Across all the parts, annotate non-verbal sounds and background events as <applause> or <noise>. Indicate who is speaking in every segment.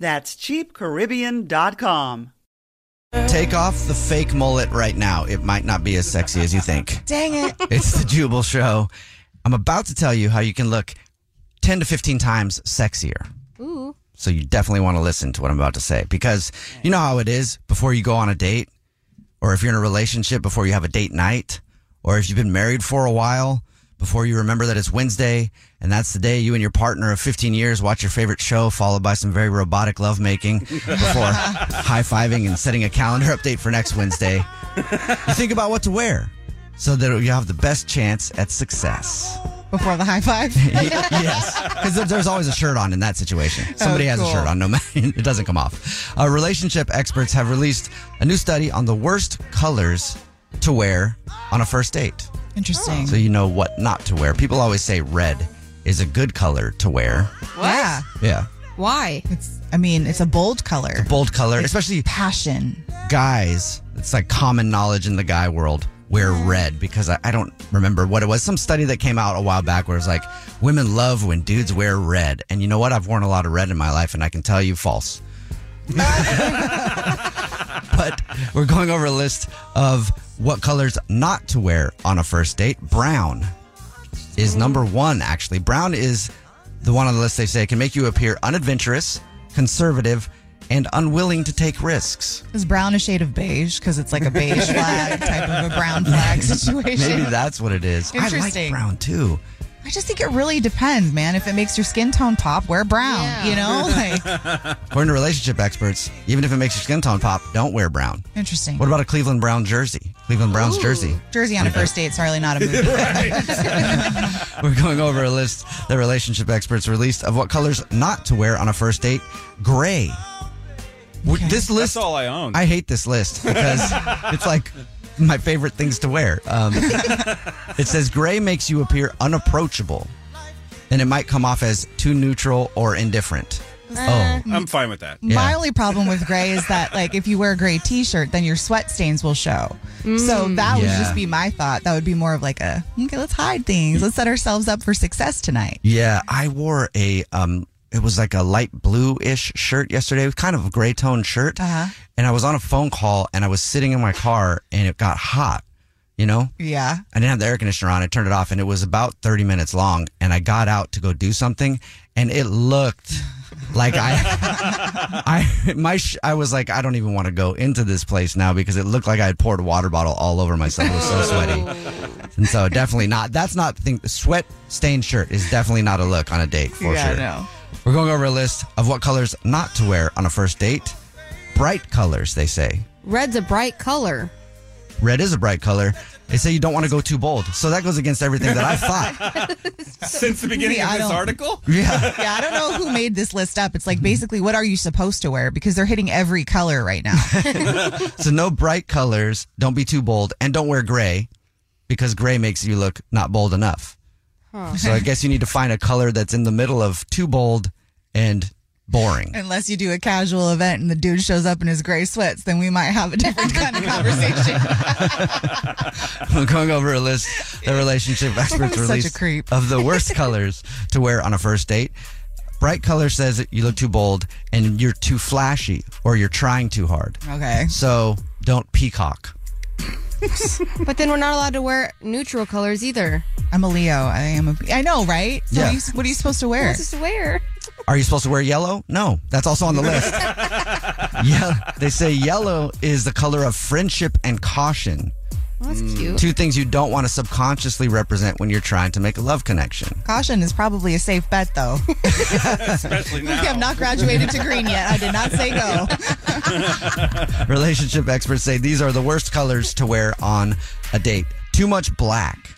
Speaker 1: That's cheapcaribbean.com.
Speaker 2: Take off the fake mullet right now. It might not be as sexy as you think.
Speaker 3: Dang it.
Speaker 2: It's the Jubal Show. I'm about to tell you how you can look 10 to 15 times sexier.
Speaker 3: Ooh.
Speaker 2: So you definitely want to listen to what I'm about to say because you know how it is before you go on a date or if you're in a relationship before you have a date night or if you've been married for a while before you remember that it's Wednesday and that's the day you and your partner of 15 years watch your favorite show followed by some very robotic lovemaking before high-fiving and setting a calendar update for next Wednesday. You think about what to wear so that you have the best chance at success.
Speaker 3: Before the high
Speaker 2: <laughs>
Speaker 3: five.
Speaker 2: yes, because there's always a shirt on in that situation. Somebody has
Speaker 3: cool.
Speaker 2: a shirt on, no matter <laughs> it doesn't come off. Uh, relationship experts have released a new study on the worst colors to wear on a first date,
Speaker 3: Interesting.
Speaker 2: so you know what not to wear. People always say red is a good color to wear.
Speaker 3: Yeah.
Speaker 2: Yeah,
Speaker 3: Why? It's. I mean, it's a bold color.
Speaker 2: bold color, especially
Speaker 3: Passion.
Speaker 2: guys, it's like common knowledge in the guy world, wear red because I, I don't remember what it was. Some study that came out a while back where it was like, women love when dudes wear red. And you know what? I've worn a lot of red in my life, and I can tell you false. <laughs> but we're going over a list of what colors not to wear on a first date. Brown is number one, actually. Brown is the one on the list they say can make you appear unadventurous, conservative, and unwilling to take risks.
Speaker 4: Is brown a shade of beige? Because it's like
Speaker 2: <laughs>
Speaker 4: a beige flag type of a brown flag situation.
Speaker 2: Maybe that's what it is. I like
Speaker 4: Interesting.
Speaker 2: brown too.
Speaker 4: I just think it really depends, man. If it makes your skin tone pop, wear brown. You know, like
Speaker 2: <laughs> According to relationship experts, even if it makes your skin tone pop, don't wear brown.
Speaker 4: interesting.
Speaker 2: What about a Cleveland Brown jersey? Cleveland Browns jersey.
Speaker 4: Jersey
Speaker 2: <laughs>
Speaker 4: on a first date? It's really not a movie.
Speaker 2: We're going over a list that relationship experts released of what colors not to wear on a first date. Gray. W- This list,
Speaker 5: That's all I own.
Speaker 2: I hate this list
Speaker 5: <laughs>
Speaker 2: because it's like my favorite things to wear. Um, it says gray makes you appear unapproachable, and it might come off as too neutral or indifferent. oh,
Speaker 4: Mm.
Speaker 5: I'm fine with that.
Speaker 4: My only problem with gray is that, like, if you wear a gray T-shirt, then your sweat stains will show. So
Speaker 6: Mm.
Speaker 4: that would
Speaker 2: Yeah.
Speaker 4: just be my thought. That would be more of like a okay, let's hide things. Let's set ourselves up for success tonight.
Speaker 2: Yeah, I wore a um it was like a light blue-ish shirt yesterday. It was kind of a gray toned shirt.
Speaker 4: Uh-huh.
Speaker 2: And I was on a phone call and I was sitting in my car and it got hot, you know?
Speaker 4: Yeah.
Speaker 2: I didn't have the air conditioner on. I turned it off and it was about 30 minutes long and I got out to go do something and it looked like I <laughs> I my sh- I was like I don't even want to go into this place now because it looked like I had poured a water bottle all over myself. It was so sweaty. And so definitely not. That's not the thing. Sweat stained shirt is definitely not a look on a date for
Speaker 4: yeah.
Speaker 2: sure.
Speaker 4: No.
Speaker 2: We're going over a list of what colors not to wear on a first date. Bright colors, they say.
Speaker 6: Red's a bright color.
Speaker 2: Red is a bright color. They say you don't want to go too bold. So that goes against everything that I've thought.
Speaker 5: Since the beginning
Speaker 4: See,
Speaker 5: of
Speaker 4: I
Speaker 5: this
Speaker 4: don't-
Speaker 5: article,
Speaker 2: Yeah.
Speaker 4: Yeah, I don't know who made this list up. It's
Speaker 2: Mm-hmm.
Speaker 4: like basically, what are you supposed to wear? Because they're hitting every color
Speaker 2: <laughs>
Speaker 4: right now.
Speaker 2: So no bright colors. Don't be too bold. And don't wear gray because gray makes you look not bold enough. So I guess you need to find a color that's in the middle of too bold and
Speaker 4: <laughs>
Speaker 2: boring.
Speaker 4: Unless you do a casual event and the dude shows up in his gray sweats, then we might have a different kind of conversation.
Speaker 2: I'm going over a list the relationship experts
Speaker 4: such a
Speaker 2: released
Speaker 4: creep.
Speaker 2: of the
Speaker 4: <laughs>
Speaker 2: worst colors to wear on a first date. Bright color says that you look too bold and you're too flashy or you're trying too hard.
Speaker 4: Okay.
Speaker 2: So don't peacock.
Speaker 6: But then we're not allowed to wear neutral colors either.
Speaker 4: I'm a Leo. I am a. I know, right? So
Speaker 2: Yeah.
Speaker 4: what, are you, what are you supposed to wear?
Speaker 6: Just wear.
Speaker 2: Are you supposed to wear yellow? No, that's also on the list. yeah, they say yellow is the color of friendship and caution.
Speaker 6: Well, that's cute.
Speaker 2: Two things you don't want to subconsciously represent when you're trying to make a love connection.
Speaker 4: Caution is probably a safe bet, though. <laughs>
Speaker 5: Especially
Speaker 4: I have
Speaker 5: now.
Speaker 4: not graduated to green yet. I did not say go.
Speaker 2: <laughs> Relationship experts say these are the worst colors to wear on a date. Too much black.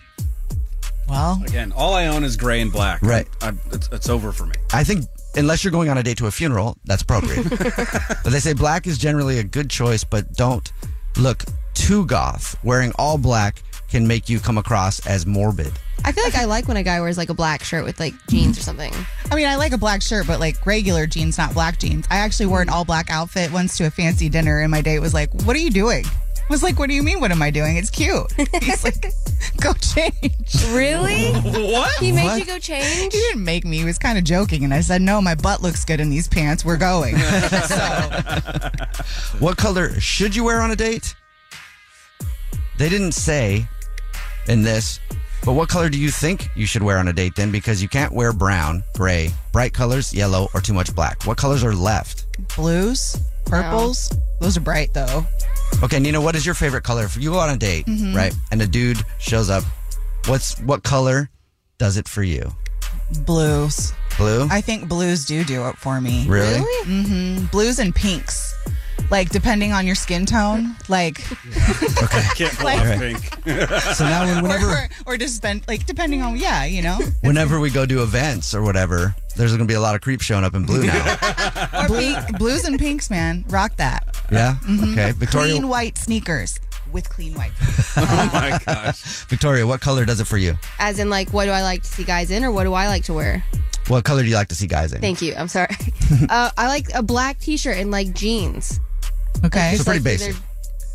Speaker 4: Well,
Speaker 5: Again, all I own is gray and black.
Speaker 2: Right.
Speaker 5: I, it's, it's over for me.
Speaker 2: I think unless you're going on a date to a funeral, that's appropriate. but they say black is generally a good choice, but don't look too goth. Wearing all black can make you come across as morbid.
Speaker 6: I feel like I like when a guy wears like a black shirt with like jeans or something.
Speaker 4: I mean, I like a black shirt, but like regular jeans, not black jeans. I actually wore an all black outfit once to a fancy dinner, and my date was like, What are you doing? I was like, What do you mean, what am I doing? It's cute. <laughs> He's like, Go change.
Speaker 6: Really?
Speaker 5: What?
Speaker 6: He made
Speaker 2: What?
Speaker 6: you go change?
Speaker 4: He didn't make me. He was kind of joking. And I said, No, my butt looks good in these pants. We're going. so,
Speaker 2: What color should you wear on a date? They didn't say in this, but what color do you think you should wear on a date then? Because you can't wear brown, gray, bright colors, yellow, or too much black. What colors are left?
Speaker 4: blues, purples, those are bright, though.
Speaker 2: Okay, Nina, what is your favorite color? If you go on a date,
Speaker 4: Mm-hmm.
Speaker 2: right, and a dude shows up, what's what color does it for you?
Speaker 4: Blues.
Speaker 2: Blue?
Speaker 4: I think blues do do it for me.
Speaker 2: really?
Speaker 6: Oh,
Speaker 4: Mm-hmm. Blues and pinks. Like, depending on your skin tone, like,
Speaker 5: Can't pull
Speaker 4: Like-
Speaker 5: off pink.
Speaker 2: <laughs> So now when-
Speaker 4: or,
Speaker 2: whenever
Speaker 4: or, or just spend, like, depending on, yeah, you
Speaker 2: <laughs>
Speaker 4: know?
Speaker 2: whenever we go do events or whatever, there's gonna be a lot of creeps showing up in blue now.
Speaker 5: <laughs>
Speaker 4: Blue, blues and pinks, man. Rock that. Mm-hmm.
Speaker 2: yeah? Okay. Victoria <laughs>
Speaker 4: Clean white sneakers with clean white.
Speaker 5: Oh my gosh.
Speaker 2: Victoria, what color does it for you?
Speaker 6: As in like what do I like to see guys in or what do I like to wear?
Speaker 2: What color do you like to see guys in?
Speaker 6: Thank you. I'm sorry. uh, I like a black t-shirt and like jeans.
Speaker 4: Okay.
Speaker 2: So pretty
Speaker 6: Like,
Speaker 2: basic.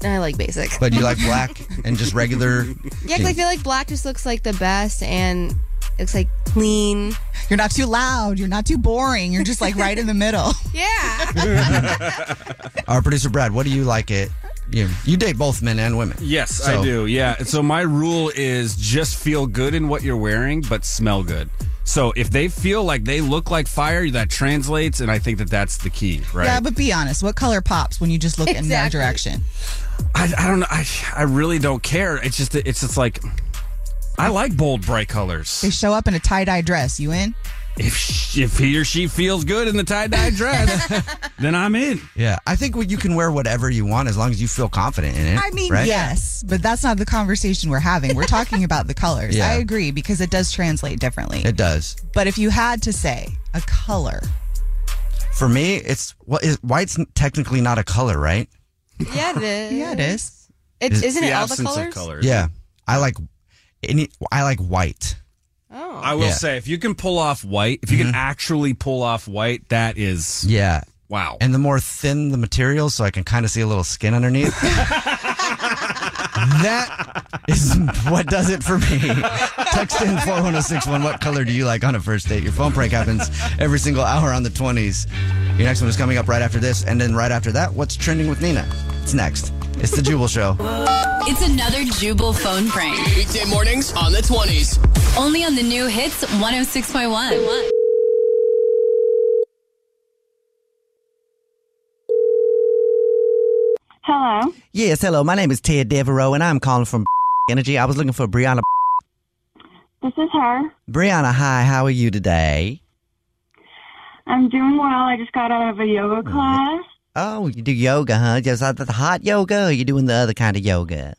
Speaker 6: either- I like basic.
Speaker 2: But you like black and just regular.
Speaker 6: <laughs> Yeah, 'cause I feel like black just looks like the best and it's like clean.
Speaker 4: You're not too loud. You're not too boring. You're just like right in
Speaker 2: <laughs>
Speaker 4: the middle.
Speaker 6: Yeah.
Speaker 2: Our producer Brad, what do you like it? You you date both men and women.
Speaker 5: Yes,
Speaker 2: So-
Speaker 5: I do. Yeah. So my rule is just feel good in what you're wearing, but smell good. So if they feel like they look like fire, that translates, and I think that that's the key, right?
Speaker 4: Yeah, but be honest. What color pops when you just look in their
Speaker 6: Exactly.
Speaker 4: direction?
Speaker 5: I, I don't know. I, I really don't care. It's just it's just like I like bold, bright colors.
Speaker 4: They show up in a tie dye dress. You in?
Speaker 5: If she, if he or she feels good in the tie dye dress,
Speaker 4: <laughs>
Speaker 5: then I'm in.
Speaker 2: Yeah, I think what- you can wear whatever you want as long as you feel confident in it.
Speaker 4: I mean,
Speaker 2: right?
Speaker 4: yes, but that's not the conversation we're having. We're talking about the colors.
Speaker 2: Yeah.
Speaker 4: I agree because it does translate differently.
Speaker 2: it does.
Speaker 4: but if you had to say a color,
Speaker 2: For me, it's what is white's technically not a color, right?
Speaker 6: yeah, it is.
Speaker 4: yeah, it is.
Speaker 6: It,
Speaker 2: It's
Speaker 6: isn't
Speaker 5: the
Speaker 6: it all the
Speaker 5: absence
Speaker 6: colors?
Speaker 5: of colors.
Speaker 2: Yeah, I like any. I like white.
Speaker 6: Oh.
Speaker 5: I will
Speaker 2: Yeah.
Speaker 5: say, if you can pull off white, if you can actually pull off white, that is
Speaker 2: Yeah,
Speaker 5: wow.
Speaker 2: and the more thin the material, so I can kind of see a little skin underneath. that is what does it for me. Text in 41061. What color do you like on a first date? Your phone prank happens every single hour on the 20s. Your next one is coming up right after this. And then right after that, what's trending with Nina? It's next. It's the Jubal Show.
Speaker 7: It's another Jubal phone prank.
Speaker 8: Weekday mornings on the 20s.
Speaker 7: Only on the new hits 106.1.
Speaker 8: Hello.
Speaker 2: Yes, hello. My name is Ted Devereaux, and I'm calling from <laughs> Energy. I was looking for Brianna.
Speaker 8: This is her.
Speaker 2: Brianna, hi. How are you today?
Speaker 8: I'm doing well. I just got out of a
Speaker 3: Mm.
Speaker 8: yoga class.
Speaker 2: Oh, you do yoga, huh? Just uh, the hot yoga, or you doing the other kind of yoga?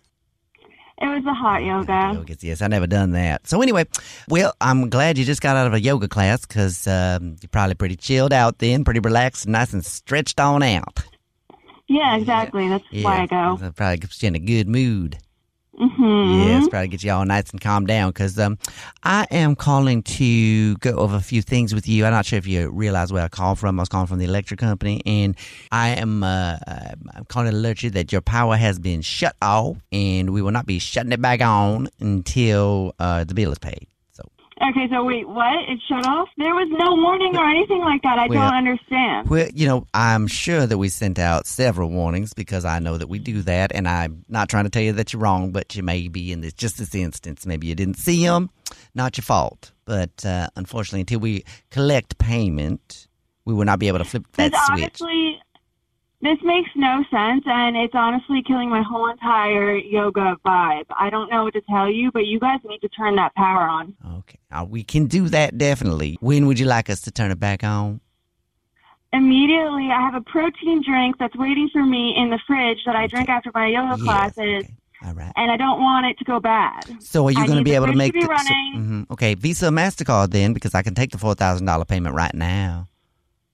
Speaker 8: It was a hot yoga.
Speaker 2: Yogas, yes. i never done that. So, anyway, well, I'm glad you just got out of a yoga class because um, you're probably pretty chilled out then, pretty relaxed, nice and stretched on out.
Speaker 8: Yeah, exactly. That's why I go.
Speaker 9: Oh.
Speaker 2: so Probably keeps you in a good mood.
Speaker 9: Mm-hmm.
Speaker 3: Yeah, it's probably get you all nice and calm down because um, I am calling to go over a few things with you. I'm not sure if you realize where I called from. I was calling from the electric company, and I am uh, uh, I'm calling to alert you that your power has been shut off, and we will not be shutting it back on until uh, the bill is paid.
Speaker 9: Okay, so wait, what? It shut off? There was no warning or anything like that. I
Speaker 3: Well-
Speaker 9: don't understand.
Speaker 3: Well, you know, I'm sure that we sent out several warnings because I know that we do that, and I'm not trying to tell you that you're wrong, but you may be in this just this instance. Maybe you didn't see them, not your fault. But uh, unfortunately, until we collect payment, we will not be able to flip that
Speaker 9: this
Speaker 3: switch.
Speaker 9: honestly, this makes no sense, and it's honestly killing my whole entire yoga vibe. I don't know what to tell you, but you guys need to turn that power on.
Speaker 3: Uh, we can do that definitely. When would you like us to turn it back on?
Speaker 9: Immediately, I have a protein drink that's waiting for me in the fridge that I drink after my yoga
Speaker 3: Yes,
Speaker 9: classes. And I don't want it to go bad.
Speaker 3: So are you
Speaker 9: I
Speaker 3: going to
Speaker 9: need
Speaker 3: be
Speaker 9: the
Speaker 3: able to
Speaker 9: fridge
Speaker 3: make?
Speaker 9: be
Speaker 3: the- so-
Speaker 9: running.
Speaker 3: mhm. Okay, Visa, or Mastercard, then, because I can take the four thousand dollar payment right now.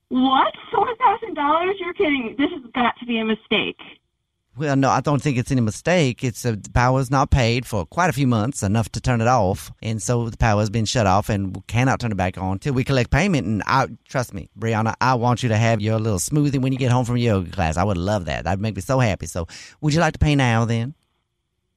Speaker 9: What? Four thousand dollars? You're kidding. This has got to be a mistake.
Speaker 3: Well, no, I don't think it's any mistake. It's uh, the power's not paid for quite a few months, enough to turn it off, and so the power's been shut off and we cannot turn it back on till we collect payment. And I trust me, Brianna, I want you to have your little smoothie when you get home from your yoga class. I would love that. That'd make me so happy. So, would you like to pay now then?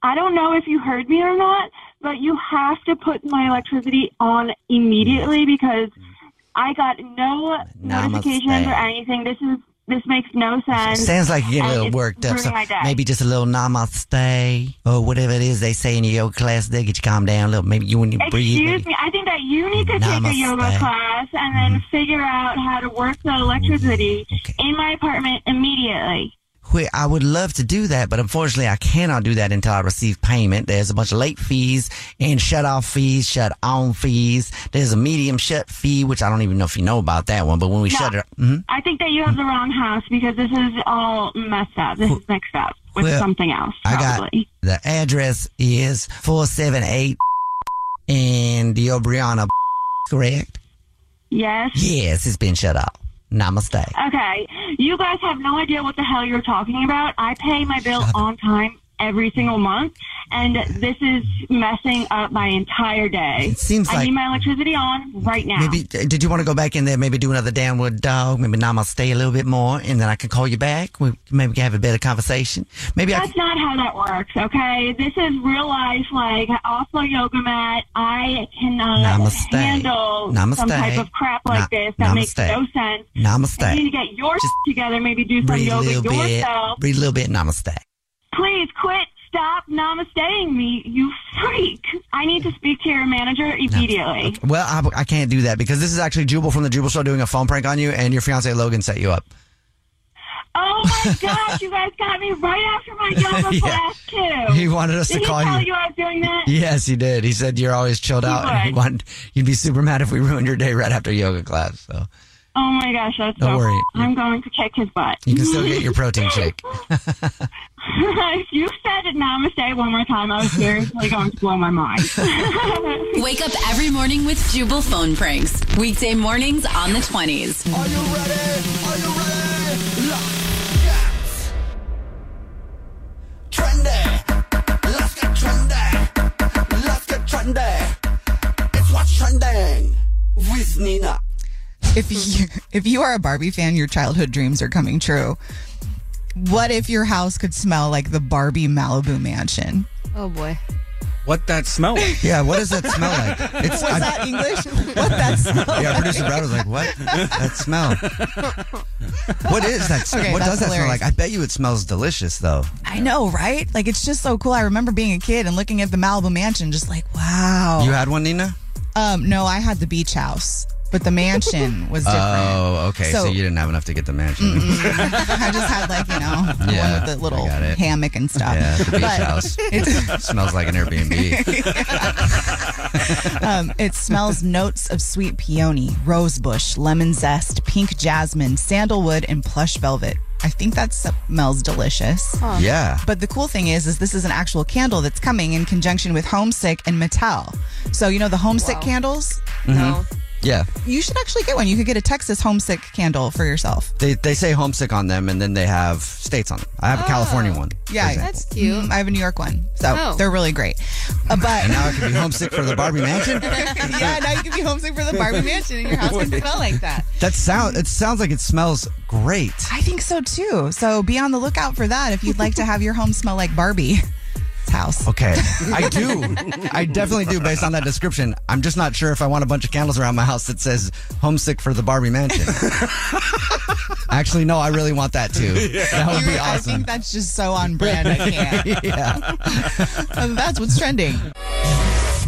Speaker 9: I don't know if you heard me or not, but you have to put my electricity on immediately because
Speaker 3: Mm.
Speaker 9: I got no
Speaker 3: Namaste.
Speaker 9: notifications or anything. This is this makes no sense.
Speaker 3: Sounds like you get a
Speaker 9: and
Speaker 3: little
Speaker 9: it's
Speaker 3: worked up.
Speaker 9: ruining
Speaker 3: So
Speaker 9: my day.
Speaker 3: maybe just a little namaste or whatever it is they say in your yoga class. They'll get you calmed down a little. Maybe you when you breathe.
Speaker 9: Excuse me. I think that you need to take a
Speaker 3: Namaste. Mm-hmm.
Speaker 9: yoga class and then figure out how to work the electricity in my apartment immediately.
Speaker 3: Where I would love to do that, but unfortunately, I cannot do that until I receive payment. There's a bunch of late fees and shut off fees, shut on fees. There's a medium shut fee, which I don't even know if you know about that one. But when we
Speaker 9: No.
Speaker 3: shut it, Mhm.
Speaker 9: I think that you have the wrong house because this is all messed up. This is mixed up with
Speaker 3: Well,
Speaker 9: something else.
Speaker 3: I got
Speaker 9: Probably.
Speaker 3: the address is four seven eight and the Brianna, correct?
Speaker 9: Yes.
Speaker 3: Yes, it's been shut off. Namaste.
Speaker 9: Okay. You guys have no idea what the hell you're talking about. I pay my bill on time every single month, and this is messing up my entire day.
Speaker 3: It seems
Speaker 9: I
Speaker 3: like-
Speaker 9: need my electricity on right now.
Speaker 3: Maybe did you want to go back in there? Maybe do another downward dog. Maybe namaste a little bit more, and then I can call you back. We maybe can have a better conversation. Maybe I.
Speaker 9: That's not how that works, okay? This is real life, like off my yoga mat. I cannot
Speaker 3: Namaste.
Speaker 9: handle some
Speaker 3: Namaste.
Speaker 9: type of crap like
Speaker 3: Na-
Speaker 9: this. That makes
Speaker 3: namaste.
Speaker 9: no sense. You
Speaker 3: Namaste.
Speaker 9: need to get your together, maybe do some
Speaker 3: breathe a
Speaker 9: yoga
Speaker 3: little bit.
Speaker 9: yourself.
Speaker 3: Breathe a little bit. Namaste.
Speaker 9: Please quit. Stop namasteing me, you freak. I need to speak to your manager immediately.
Speaker 3: Well, I, I can't do that because this is actually Jubal from the Jubal Show doing a phone prank on you, and your fiance Logan set you up.
Speaker 9: Oh
Speaker 3: <laughs>
Speaker 9: my gosh, you guys got me right after my yoga
Speaker 3: Yeah.
Speaker 9: class, too.
Speaker 3: He wanted us
Speaker 9: Did
Speaker 3: to call
Speaker 9: he tell
Speaker 3: you.
Speaker 9: you I was doing that?
Speaker 3: Yes, he did. He said you're always chilled
Speaker 9: He
Speaker 3: out, and he
Speaker 9: would.
Speaker 3: wanted, you'd be super mad if we ruined your day right after yoga class. So
Speaker 9: Oh my gosh, that's
Speaker 3: Don't
Speaker 9: so
Speaker 3: worry.
Speaker 9: I'm going to kick his butt.
Speaker 3: you can
Speaker 9: <laughs>
Speaker 3: still get your protein shake.
Speaker 8: <laughs>
Speaker 9: if you said namaste one more time, I was seriously going to blow my
Speaker 8: <laughs>
Speaker 9: mind.
Speaker 7: Wake up every morning with Jubal phone pranks. Weekday mornings on the 20s. Are you ready? Are you ready?
Speaker 2: Let's get trendy. Let's get trendy. It's what's trending with Nina.
Speaker 4: If <laughs> you if you are a Barbie fan, your childhood dreams are coming true. What if your house could smell like the Barbie Malibu mansion?
Speaker 6: Oh boy. <laughs>
Speaker 5: What that smell? like?
Speaker 3: yeah, what does that
Speaker 5: <laughs>
Speaker 3: smell like? It's,
Speaker 4: Was that English? What that
Speaker 2: <laughs>
Speaker 6: <laughs>
Speaker 4: smell?
Speaker 3: <laughs> yeah, producer Brad was like, "What? That smell? What is that? smell?
Speaker 4: Okay,
Speaker 3: what
Speaker 4: that's
Speaker 3: does that smell
Speaker 4: hilarious.
Speaker 3: like? I bet you it smells delicious, though.
Speaker 4: I know, right? Like it's just so cool. I remember being a kid and looking at the Malibu mansion, just like, wow.
Speaker 3: You had one, Nina?
Speaker 4: Um, no, I had the beach house, but the
Speaker 3: <laughs>
Speaker 4: mansion was different.
Speaker 3: Oh, okay. So,
Speaker 4: So-
Speaker 3: you didn't have enough to get the
Speaker 4: <laughs>
Speaker 3: mansion. <laughs>
Speaker 4: I just had like you know <laughs> the
Speaker 3: Yeah,
Speaker 4: one with the little
Speaker 3: I got it.
Speaker 4: hammock and stuff.
Speaker 3: Yeah, the beach
Speaker 4: But <laughs>
Speaker 3: house
Speaker 2: <laughs>
Speaker 4: It,
Speaker 3: smells like
Speaker 4: <laughs>
Speaker 3: an Airbnb.
Speaker 4: um, it smells notes of sweet peony, rosebush, lemon zest, pink jasmine, sandalwood, and plush velvet. I think that smells delicious.
Speaker 3: Huh. Yeah.
Speaker 4: But the cool thing is, is this is an actual candle that's
Speaker 2: Mm-hmm.
Speaker 4: coming in conjunction with Homesick and Mattel. So you know the Homesick candles.
Speaker 3: No.
Speaker 2: Yeah.
Speaker 4: You should actually get one. You could get a Texas homesick candle for yourself.
Speaker 2: They, they say homesick on them and then they have states on them. I have a California one.
Speaker 4: Oh. Yeah,
Speaker 2: for
Speaker 4: that's cute. I oh. have a New York one, so they're really <laughs> great. Uh, but
Speaker 2: And now I can be homesick for the Barbie mansion.
Speaker 4: <laughs> yeah, now you can be homesick for the Barbie mansion, and your house can smell like that.
Speaker 2: That sound it sounds like it smells great.
Speaker 4: I think so too. So be on the lookout for that if you'd like to have your home smell like Barbie's house.
Speaker 2: Okay. I do. I definitely do based on that description. I'm just not sure if I want a bunch of candles around my house that says homesick for the Barbie mansion. Actually, no, I really want that too. That <laughs> would be
Speaker 4: You're- I
Speaker 2: awesome.
Speaker 4: think that's just so on brand.
Speaker 2: <laughs>
Speaker 4: I can't. And that's what's trending.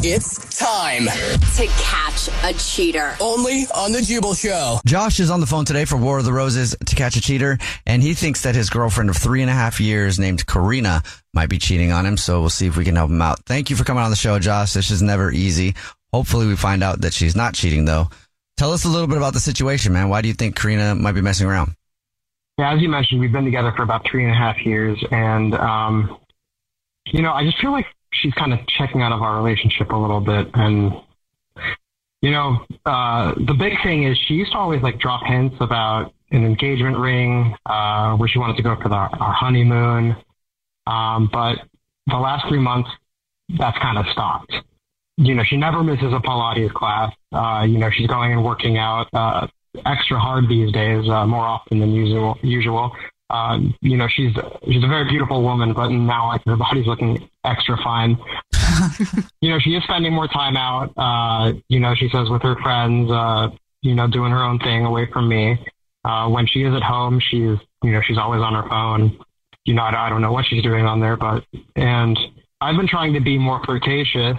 Speaker 10: It's time to catch a cheater. Only on the Jubal Show.
Speaker 2: Oh, Josh is on the phone today for War of the Roses to catch a cheater, and he thinks that his girlfriend of three and a half years named Karina might be cheating on him. So we'll see if we can help him out. Thank you for coming on the show, Josh. This is never easy. Hopefully, we find out that she's not cheating, though. Tell us a little bit about the situation, man. Why do you think Karina might be messing around?
Speaker 11: Yeah, as you mentioned, we've been together for about three and a half years, and um, you know, I just feel like she's kind of checking out of our relationship a little bit, and you know, uh, the big thing is she used to always like drop hints about an engagement ring, uh, where she wanted to go for the, our honeymoon, um, but the last three months, that's kind of stopped. You know, she never misses a Pilates class. Uh, you know, she's going and working out uh, extra hard these days, uh, more often than usual. Usual. Um, you know, she's she's a very beautiful woman, but now like her body's looking extra fine. you know, she is spending more time out. Uh, you know, she says with her friends. Uh, you know, doing her own thing away from me. Uh, when she is at home, she's you know she's always on her phone. You know, I don't- I don't know what she's doing on there, but and I've been trying to be more flirtatious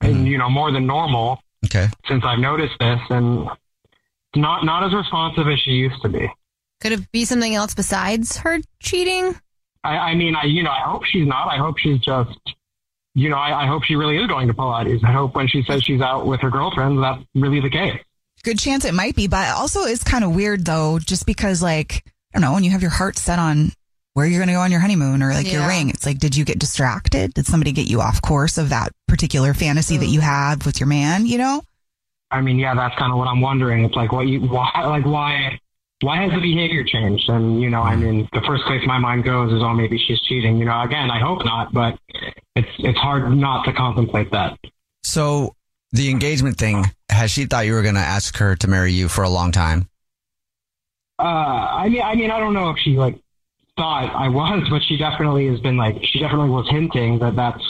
Speaker 11: and you know more than normal
Speaker 2: okay
Speaker 11: since i've noticed this and not not as responsive as she used to be
Speaker 6: Could it be something else besides her cheating?
Speaker 11: i i mean i you know i hope she's not i hope she's just you know i, I hope she really is going to pilates i hope when she says she's out with her girlfriends that's really the case
Speaker 4: Good chance it might be, but it also is kind of weird though, just because like I don't know, when you have your heart set on where you're going to go on your honeymoon or like your
Speaker 12: Yeah.
Speaker 4: ring, it's like, did you get distracted? Did somebody get you off course of that particular fantasy that you had with your man? You know,
Speaker 11: i mean yeah that's kind of what i'm wondering it's like what you why like why why has the behavior changed? And you know, I mean, the first place my mind goes is, oh, maybe she's cheating. You know, again, I hope not, but it's it's hard not to contemplate that.
Speaker 2: So the engagement thing, has she thought you were going to ask her to marry you for a long time?
Speaker 11: Uh, I mean, I mean, I don't know if she like thought I was, but she definitely has been like, she definitely was hinting that that's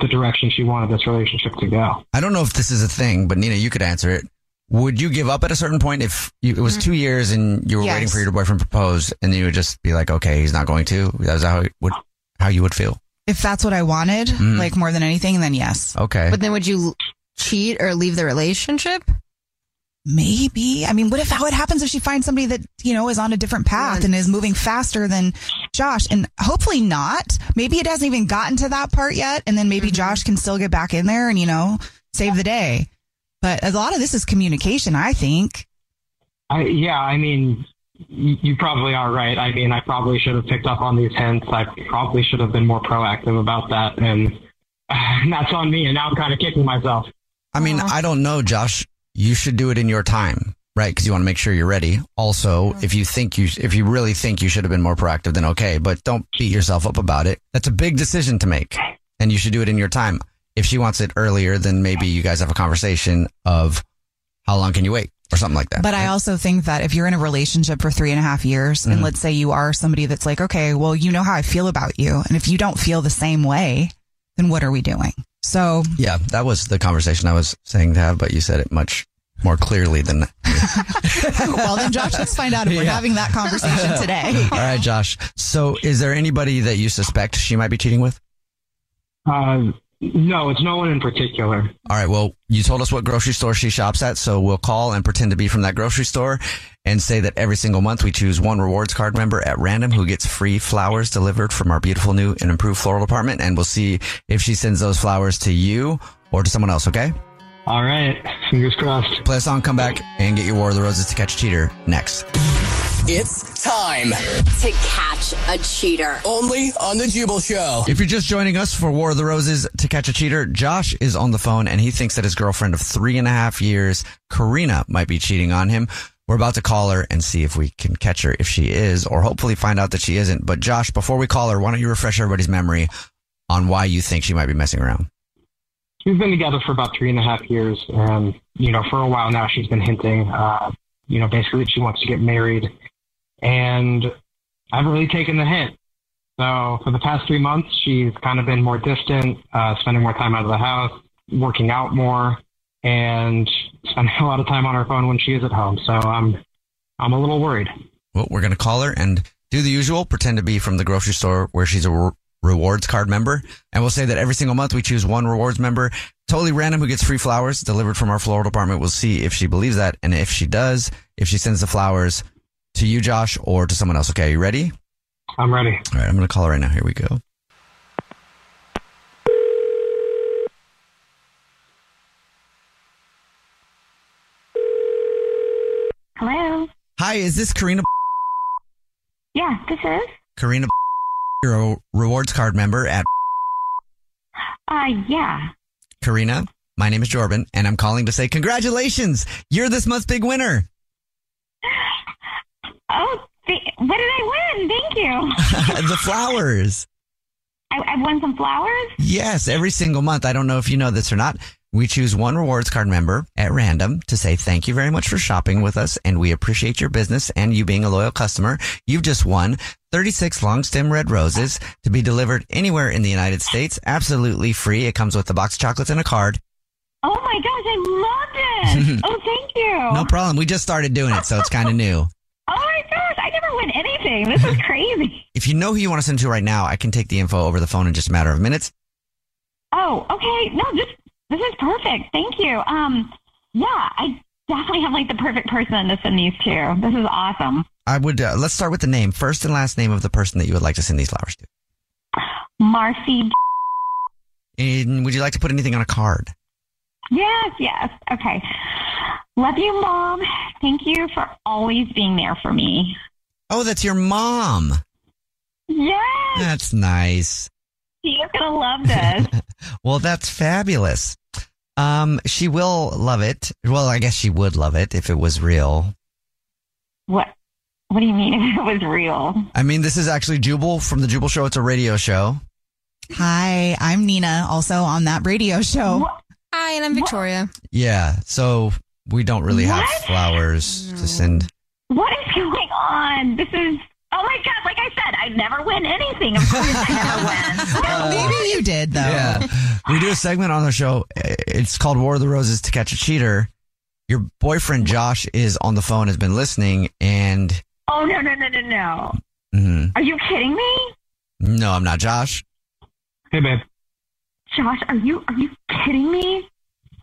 Speaker 11: the direction she wanted this relationship to go.
Speaker 2: I don't know if this is a thing, but Nina, you could answer it. Would you give up at a certain point if you, it was two years and you were waiting
Speaker 11: Yes.
Speaker 2: for your boyfriend to propose, and then you would just be like, okay, he's not going to? That was how it would how you would feel.
Speaker 4: if that's what I wanted,
Speaker 2: Mm.
Speaker 4: like more than anything, then yes.
Speaker 2: Okay.
Speaker 6: But then would you l- cheat or leave the relationship?
Speaker 4: Maybe. I mean, what if how it happens if she finds somebody that, you know, is on a different path and is moving faster than Josh? And hopefully not. Maybe it hasn't even gotten to that part yet. And then maybe
Speaker 6: Mm-hmm.
Speaker 4: Josh can still get back in there and, you know, save the day. But a lot of this is communication, I think.
Speaker 11: I, yeah, I mean, you, you probably are right. I mean, I probably should have picked up on these hints. I probably should have been more proactive about that, and, <sighs> <laughs> and that's on me. And now I'm kind of kicking myself.
Speaker 2: I mean, I don't know, Josh. You should do it in your time, right? Because you want to make sure you're ready. Also, if you think you, if you really think you should have been more proactive, then okay, but don't beat yourself up about it. That's a big decision to make, and you should do it in your time. If she wants it earlier, then maybe you guys have a conversation of how long can you wait or something like that.
Speaker 4: But I also think that if you're in a relationship for three and a half years,
Speaker 2: Mhm.
Speaker 6: Mm-hmm.
Speaker 4: and let's say you are somebody that's like, okay, well, you know how I feel about you. And if you don't feel the same way, then what are we doing? So
Speaker 2: yeah, that was the conversation I was saying to have, but you said it much more clearly than
Speaker 4: <laughs> well, then Josh, let's find out if we're
Speaker 2: Yeah.
Speaker 4: having that
Speaker 2: <laughs>
Speaker 4: conversation today.
Speaker 2: All right, Josh. So, is there anybody that you suspect she might be cheating with?
Speaker 11: Uh, no, it's no one in particular.
Speaker 2: All right. Well, you told us what grocery store she shops at, so we'll call and pretend to be from that grocery store and say that every single month we choose one rewards card member at random who gets free flowers delivered from our beautiful new and improved floral department, and we'll see if she sends those flowers to you or to someone else. Okay.
Speaker 11: All right. Fingers crossed.
Speaker 2: Play a song, come back, and get your War of the Roses to catch a cheater next.
Speaker 10: It's time.
Speaker 7: To catch a cheater.
Speaker 10: Only on the Jubal
Speaker 13: <laughs>
Speaker 10: Show.
Speaker 2: If you're just joining us for War of the Roses to catch a cheater, Josh is on the phone and he thinks that his girlfriend of three and a half years, Karina, might be cheating on him. We're about to call her and see if we can catch her if she is, or hopefully find out that she isn't. But Josh, before we call her, why don't you refresh everybody's memory on why you think she might be messing around?
Speaker 11: We've been together for about three and a half years, and you know, for a while now, she's been hinting, uh, you know, basically that she wants to get married, and I haven't really taken the hint. So for the past three months, she's kind of been more distant, uh, spending more time out of the house, working out more, and spending <laughs> a lot of time on her phone when she is at home. So um, I'm, I'm a little worried.
Speaker 2: Well, we're going to call her and do the usual, pretend to be from the grocery store where she's a re- rewards card member. And we'll say that every single month we choose one rewards member, totally random, who gets free flowers delivered from our floral department. We'll see if she believes that. And if she does, if she sends the flowers to you, Josh, or to someone else. Okay, you ready?
Speaker 11: I'm ready.
Speaker 2: All right, I'm going to call her right now. Here we go.
Speaker 8: Hello.
Speaker 2: Hi, is this Karina?
Speaker 8: Yeah, this is.
Speaker 2: Karina, you're a rewards card member at
Speaker 8: Uh, yeah.
Speaker 2: Karina. My name is Jordan, and I'm calling to say congratulations. You're this month's big winner.
Speaker 8: Oh, th- what did I win? Thank you.
Speaker 2: <laughs> the flowers.
Speaker 8: I, I won some flowers.
Speaker 2: Yes, every single month. I don't know if you know this or not. We choose one rewards card member at random to say thank you very much for shopping with us and we appreciate your business and you being a loyal customer. You've just won 36 long stem red roses to be delivered anywhere in the United States absolutely free. It comes with a box of chocolates and a card.
Speaker 8: Oh my gosh, I loved
Speaker 2: <laughs>
Speaker 8: it. oh, thank you.
Speaker 2: No problem. We just started doing it, so it's kind of new.
Speaker 8: Oh my gosh, I never win anything. This is crazy.
Speaker 2: If you know who you want to send to right now, I can take the info over the phone in just a matter of minutes.
Speaker 8: Oh, okay. No, this this is perfect. Thank you. Um, yeah, I definitely have like the perfect person to send these to. This is awesome.
Speaker 2: I would uh, let's start with the name, first and last name of the person that you would like to send these flowers to.
Speaker 8: Marcy.
Speaker 2: And would you like to put anything on a card?
Speaker 8: Yes, yes. Okay. Love you, mom. Thank you for always being there for me.
Speaker 2: Oh, that's your mom.
Speaker 8: Yes,
Speaker 2: That's nice. <laughs>
Speaker 8: she is gonna love this.
Speaker 2: Well, that's fabulous. Um, she will love it. Well, I guess she would love it if it was real.
Speaker 8: What? What do you mean Oh, if it was real?
Speaker 2: I mean, this is actually Jubal from the Jubal Show. It's a radio show.
Speaker 4: Hi, I'm Nina, also on that radio show.
Speaker 6: Hi, and I'm Victoria.
Speaker 2: Yeah, so we don't really have flowers to send.
Speaker 8: What is going on? This is. Oh my god! Like I said, I never win anything. Of course,
Speaker 11: <laughs>
Speaker 8: I never win.
Speaker 11: Uh,
Speaker 4: Maybe you did though.
Speaker 2: Yeah, we do a segment on the show. It's called War of the Roses to catch a cheater. Your boyfriend Josh is on the phone, has been listening, and
Speaker 8: Oh no no no no no!
Speaker 2: mhm.
Speaker 8: Are you kidding me,
Speaker 2: no, I'm not Josh.
Speaker 11: Hey, babe.
Speaker 8: Josh? Are you
Speaker 2: <laughs>
Speaker 8: are you kidding me?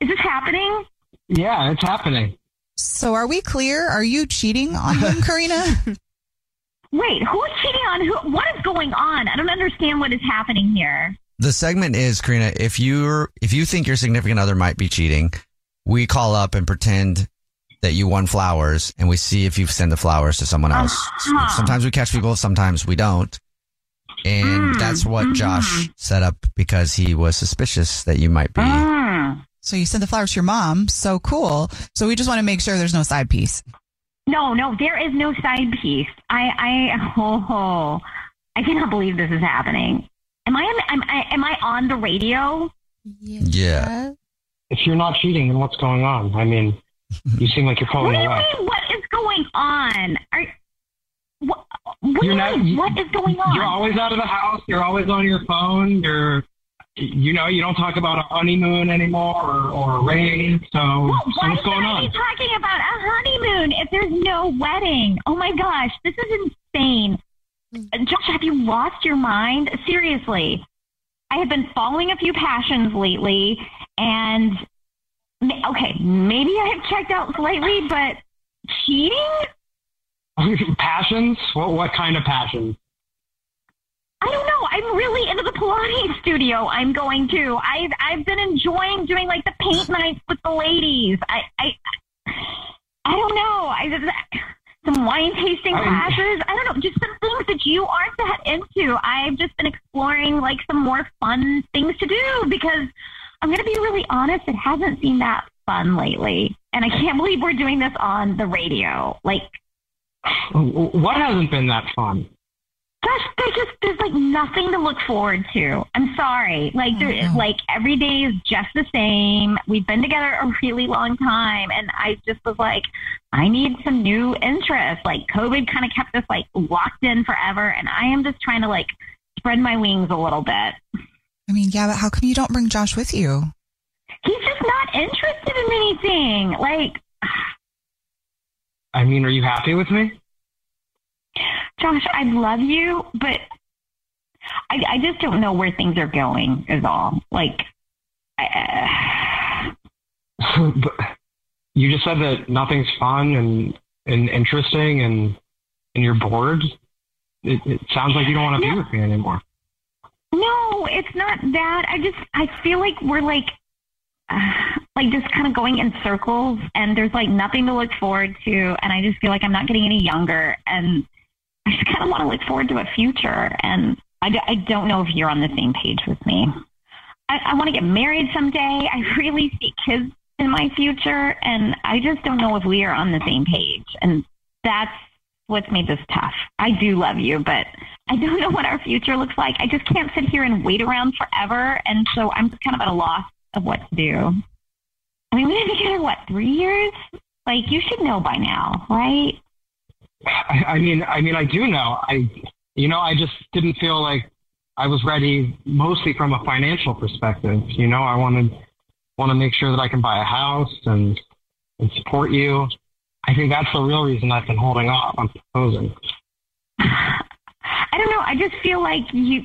Speaker 8: Is this happening?
Speaker 11: Yeah, it's happening.
Speaker 4: So are we clear? Are you cheating on him, Karina?
Speaker 8: Wait, who's cheating on who? What is going on? I don't understand what is happening here.
Speaker 2: The segment is Karina. If you're if you think your significant other might be cheating, we call up and pretend that you won flowers, and we see if you send the flowers to someone else.
Speaker 8: Uh-huh.
Speaker 2: Sometimes we catch people, sometimes we don't. And
Speaker 8: Mm,
Speaker 2: that's what Josh set up because he was suspicious that you might be.
Speaker 8: <laughs>
Speaker 4: Oh.
Speaker 8: Mm.
Speaker 4: so you sent the flowers to your mom. So cool. So we just want to make sure there's no side piece.
Speaker 8: No, Oh, no, there is no side piece. I, I, oh, I cannot believe this is happening. Am I, am I, am I on the radio?
Speaker 2: Yeah.
Speaker 11: if you're not cheating, then what's going on? I mean, you seem like you're
Speaker 8: What
Speaker 11: pulling
Speaker 8: do you
Speaker 11: away.
Speaker 8: mean? What is going on? Are, what, what, do
Speaker 11: You're
Speaker 8: you
Speaker 11: not-
Speaker 8: mean?
Speaker 11: you-
Speaker 8: what is going on?
Speaker 11: You're always out of the house. You're always on your phone. You're, you know, you don't talk about a honeymoon anymore or, or a raise. So,
Speaker 8: Well,
Speaker 11: so
Speaker 8: why
Speaker 11: what's
Speaker 8: should
Speaker 11: going
Speaker 8: I be
Speaker 11: on?
Speaker 8: talking about a honeymoon if there's no wedding? Oh my gosh, this is insane. Uh, Josh, have you lost your mind? Seriously. I have been following a few passions lately, and ma- okay, maybe I have checked out slightly, but cheating?
Speaker 11: <laughs> passions? What what kind of passions?
Speaker 8: I don't know. I'm really into the Pilates studio. I'm going to. I've I've been enjoying doing like the paint nights with the ladies. I I I don't know. I just, some wine tasting classes. I don't know, just some things that you aren't that into. I've just been exploring like some more fun things to do because I'm going to be really honest, it hasn't seemed that fun lately. And I can't believe we're doing this on the radio. Like,
Speaker 11: What hasn't been that fun?
Speaker 8: gosh, there's just there's like nothing to look forward to. I'm sorry. Like there is like every day is just the same. We've been together a really long time and I just was like, I need some new interest. Like COVID kind of kept us like locked in forever and I am just trying to like spread my wings a little bit.
Speaker 3: I mean, yeah, but how come you don't bring Josh with you?
Speaker 8: He's just not interested in anything. Like
Speaker 11: I mean, are you happy with me? <laughs>
Speaker 8: Josh, I love you, but I, I just don't know where things are going. Is all. Like, uh,
Speaker 11: but you just said that nothing's fun and and interesting and and you're bored. It, it sounds like you don't want to be with me anymore.
Speaker 8: No, it's not that. I just I feel like we're like <sighs> uh, like just kind of going in circles, and there's like nothing to look forward to, and I just feel like I'm not getting any younger, and I just kind of want to look forward to a future, and I, d- I don't know if you're on the same page with me. I, I want to get married someday. I really see kids in my future, and I just don't know if we are on the same page, and that's what's made this tough. I do love you, but I don't know what our future looks like. I just can't sit here and wait around forever. And so I'm just kind of at a loss of what to do. I mean, we've been together, what, three years? Like, you should know by now, right?
Speaker 11: I, I mean, I mean, I do know. I, you know, I just didn't feel like I was ready, mostly from a financial perspective. You know, I wanted want to make sure that I can buy a house and and support you. I think that's the real reason I've been holding off on proposing.
Speaker 8: I don't know. I just feel like you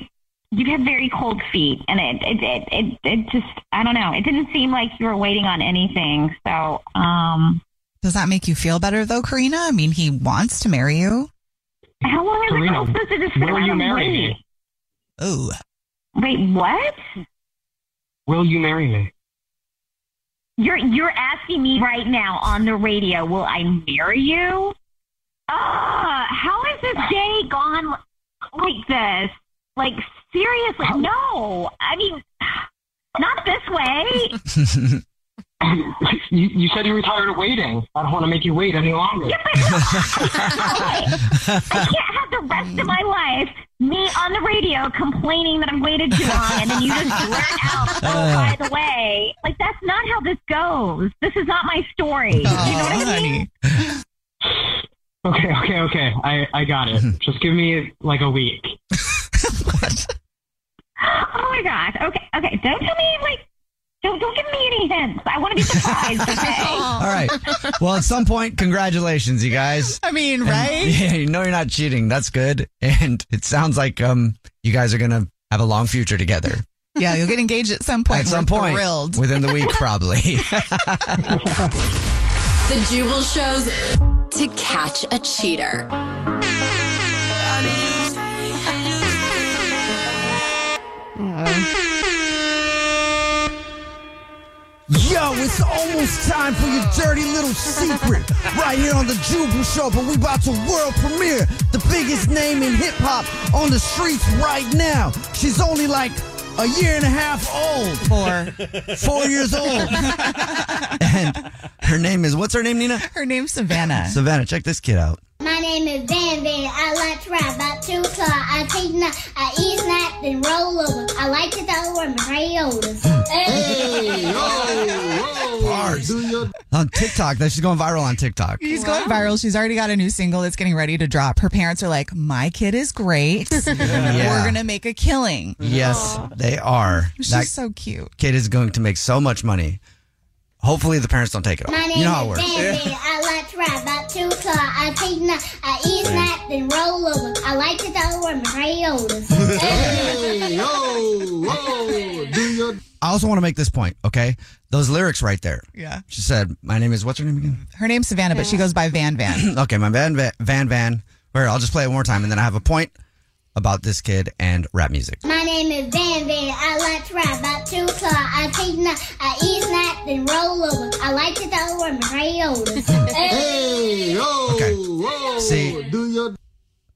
Speaker 8: you have very cold feet, and it it it it, it just I don't know. It didn't seem like you were waiting on anything. So um,
Speaker 3: Does that make you feel better though, Karina? I mean, he wants to marry you.
Speaker 8: how long is
Speaker 3: Serena,
Speaker 8: it supposed to just sit
Speaker 3: will
Speaker 8: around
Speaker 3: you
Speaker 8: and
Speaker 3: marry
Speaker 8: wait?
Speaker 3: me? Oh.
Speaker 8: Wait, what?
Speaker 11: Will you marry me?
Speaker 8: You're you're asking me right now on the radio, will I marry you? Ah, how is this day gone like this? Like seriously, no. I mean, not this
Speaker 11: <laughs>
Speaker 8: way.
Speaker 11: you, you said you were tired of waiting. I don't want to make you wait any longer.
Speaker 8: I can't have the rest of my life me on the radio complaining that I'm waited too long, and then you just blurt out, "Oh, by the way, like that's not how this goes. This is not my story." You know what I mean?
Speaker 11: <laughs> Okay, okay, okay. I, I got it. Just give me like a week.
Speaker 8: Oh my gosh. Okay, okay. Don't tell me like. Don't, don't give me any hints. I want to
Speaker 2: <laughs>
Speaker 8: be surprised. Okay.
Speaker 2: All right. Well, at some point, congratulations, you guys.
Speaker 3: I mean,
Speaker 2: And- <laughs>
Speaker 3: right?
Speaker 2: yeah, you know you're not cheating. That's good. And it sounds like um you guys are gonna have a long future together.
Speaker 3: Yeah, you'll get engaged at some point.
Speaker 2: at some
Speaker 3: We're
Speaker 2: point,
Speaker 3: thrilled.
Speaker 2: within
Speaker 3: <laughs>
Speaker 2: the week, probably. <laughs>
Speaker 7: The Jubal shows to catch a cheater.
Speaker 14: Yo, it's almost time for your dirty little secret right here on the Jubal Show. But we about to world premiere the biggest name in hip hop on the streets right now. She's only like a year and a half old.
Speaker 3: Four.
Speaker 14: Four years
Speaker 3: <laughs>
Speaker 14: old.
Speaker 2: her name is what's her name, Nina?
Speaker 3: Her name's Savannah.
Speaker 2: Savannah. Check this kid out.
Speaker 15: My name is Van Van. I like to ride about two o'clock. I take nap, I eat snack, then roll over. I like to throw over my radios. Hey,
Speaker 2: Bars. On TikTok, that she's going viral on TikTok.
Speaker 3: She's going viral. She's already got a new single that's getting ready to drop. Her parents are like, "My kid is <laughs> great. We're gonna make a killing."
Speaker 2: Yes, they are.
Speaker 3: She's so cute.
Speaker 2: Kid is going to make so much money. Hopefully, the parents don't take it. All.
Speaker 15: My name
Speaker 2: You know how it
Speaker 15: is
Speaker 2: works.
Speaker 15: Van Van. I like to ride about two o'clock. I take nap, I eat snack, then roll over. I like to throw over my radios. Hey,
Speaker 2: I also want to make this point. Okay, those lyrics right there.
Speaker 3: Yeah.
Speaker 2: She said, "My name is what's her name again?"
Speaker 3: Her name's Savannah, but she goes by Van
Speaker 2: <clears throat>
Speaker 3: Van.
Speaker 2: okay, my Van Van Van Van. Where I'll just play it one more time, and then I have a point. about this kid and rap music.
Speaker 15: My name is Van Van. I like to ride about two o'clock. I take nut, I eat snack, then roll over. I like to throw over my Crayolas. hey,
Speaker 2: oh, See,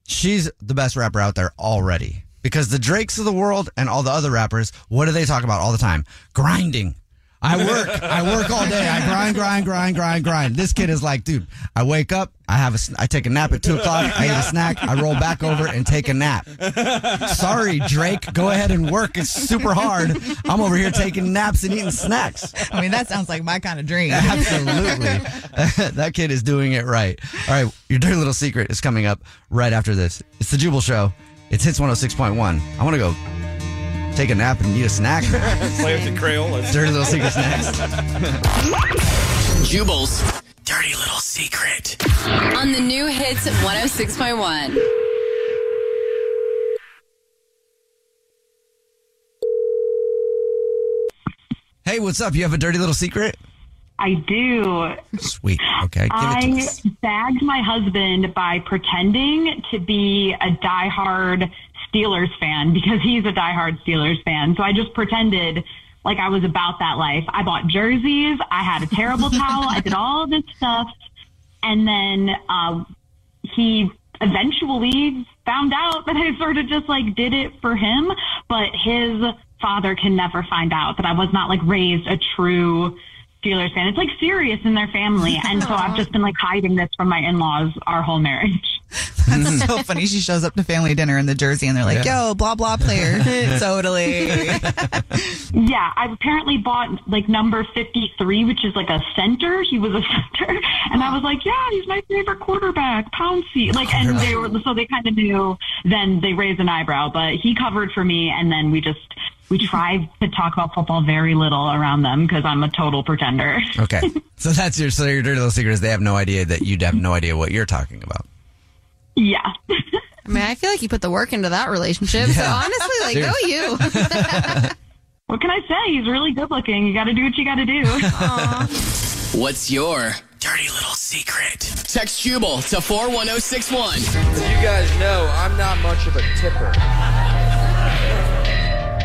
Speaker 2: she's the best rapper out there already. Because the Drakes of the world and all the other rappers, what do they talk about all the time? Grinding. I work. I work all day. I grind, grind, grind, grind, grind. This kid is like, dude. I wake up. I have a. sn- I take a nap at two o'clock. I eat a snack. I roll back over and take a nap. Sorry, Drake. Go ahead and work. It's super hard. I'm over here taking naps and eating snacks.
Speaker 4: I mean, that sounds like my kind of dream.
Speaker 3: <laughs>
Speaker 2: Absolutely. <laughs> that kid is doing it right. All right, your dirty little secret is coming up right after this. It's the Jubal Show. It's Hits 106.1. I want to go take a nap and eat a snack.
Speaker 13: Play with the Crayola.
Speaker 2: dirty little secrets next.
Speaker 7: Jubal's
Speaker 13: Dirty little secret.
Speaker 7: on the new hits 106.1.
Speaker 2: Hey, what's up? You have a dirty little secret?
Speaker 12: I do.
Speaker 2: Sweet. Okay, give it to
Speaker 12: I
Speaker 2: us.
Speaker 12: bagged my husband by pretending to be a diehard Steelers fan because he's a diehard Steelers fan. So I just pretended like I was about that life. I bought jerseys. I had a terrible towel. I did all this stuff. And then uh, he eventually found out that I sort of just like did it for him, but his father can never find out that I was not like raised a true Steelers fan. It's like serious in their family. And so I've just been like hiding this from my in laws our whole marriage.
Speaker 4: That's so funny. She shows up to family dinner in the jersey and they're like,
Speaker 12: Yeah.
Speaker 4: yo, blah, blah <laughs>
Speaker 3: <laughs>
Speaker 4: player. totally.
Speaker 12: Yeah, I apparently bought like number 53, which is like a center. He was a <laughs> center. And I was like, yeah, he's my favorite quarterback, Pouncy. Like, and they were, so they kind of knew. Then they raised an eyebrow, but he covered for me. And then we just, we tried to talk about football very little around them because I'm a total pretender. <laughs>
Speaker 2: Okay. So that's your so your dirty little secret is they have no idea that you'd have no idea what you're talking about.
Speaker 12: Yeah.
Speaker 6: <laughs> I mean, I feel like you put the work into that relationship. So
Speaker 2: Yeah.
Speaker 6: honestly, like, go
Speaker 2: Seriously. <laughs>
Speaker 6: you.
Speaker 12: What can I say? He's really good looking. You got to do what you got to do.
Speaker 13: What's your dirty little secret? Text Jubal to 41061. You guys know I'm not much of a tipper.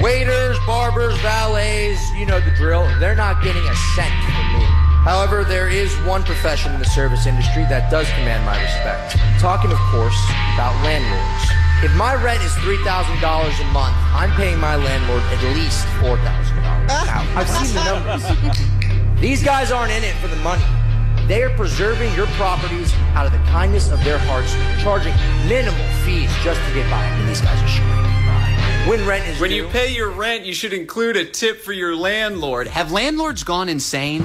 Speaker 16: Waiters, barbers, valets, you know the drill. They're not getting a cent from me. However, there is one profession in the service industry that does command my respect. Talking, of course, about landlords. If my rent is $3,000 a month, I'm paying my landlord at least $4,000. Now, <laughs> I've seen the numbers. These guys aren't in it for the money. They are preserving your properties out of the kindness of their hearts, charging minimal fees just to get by. And these guys are screwing. When rent is
Speaker 17: When
Speaker 16: due,
Speaker 17: you pay your rent, you should include a tip for your landlord. Have landlords gone insane?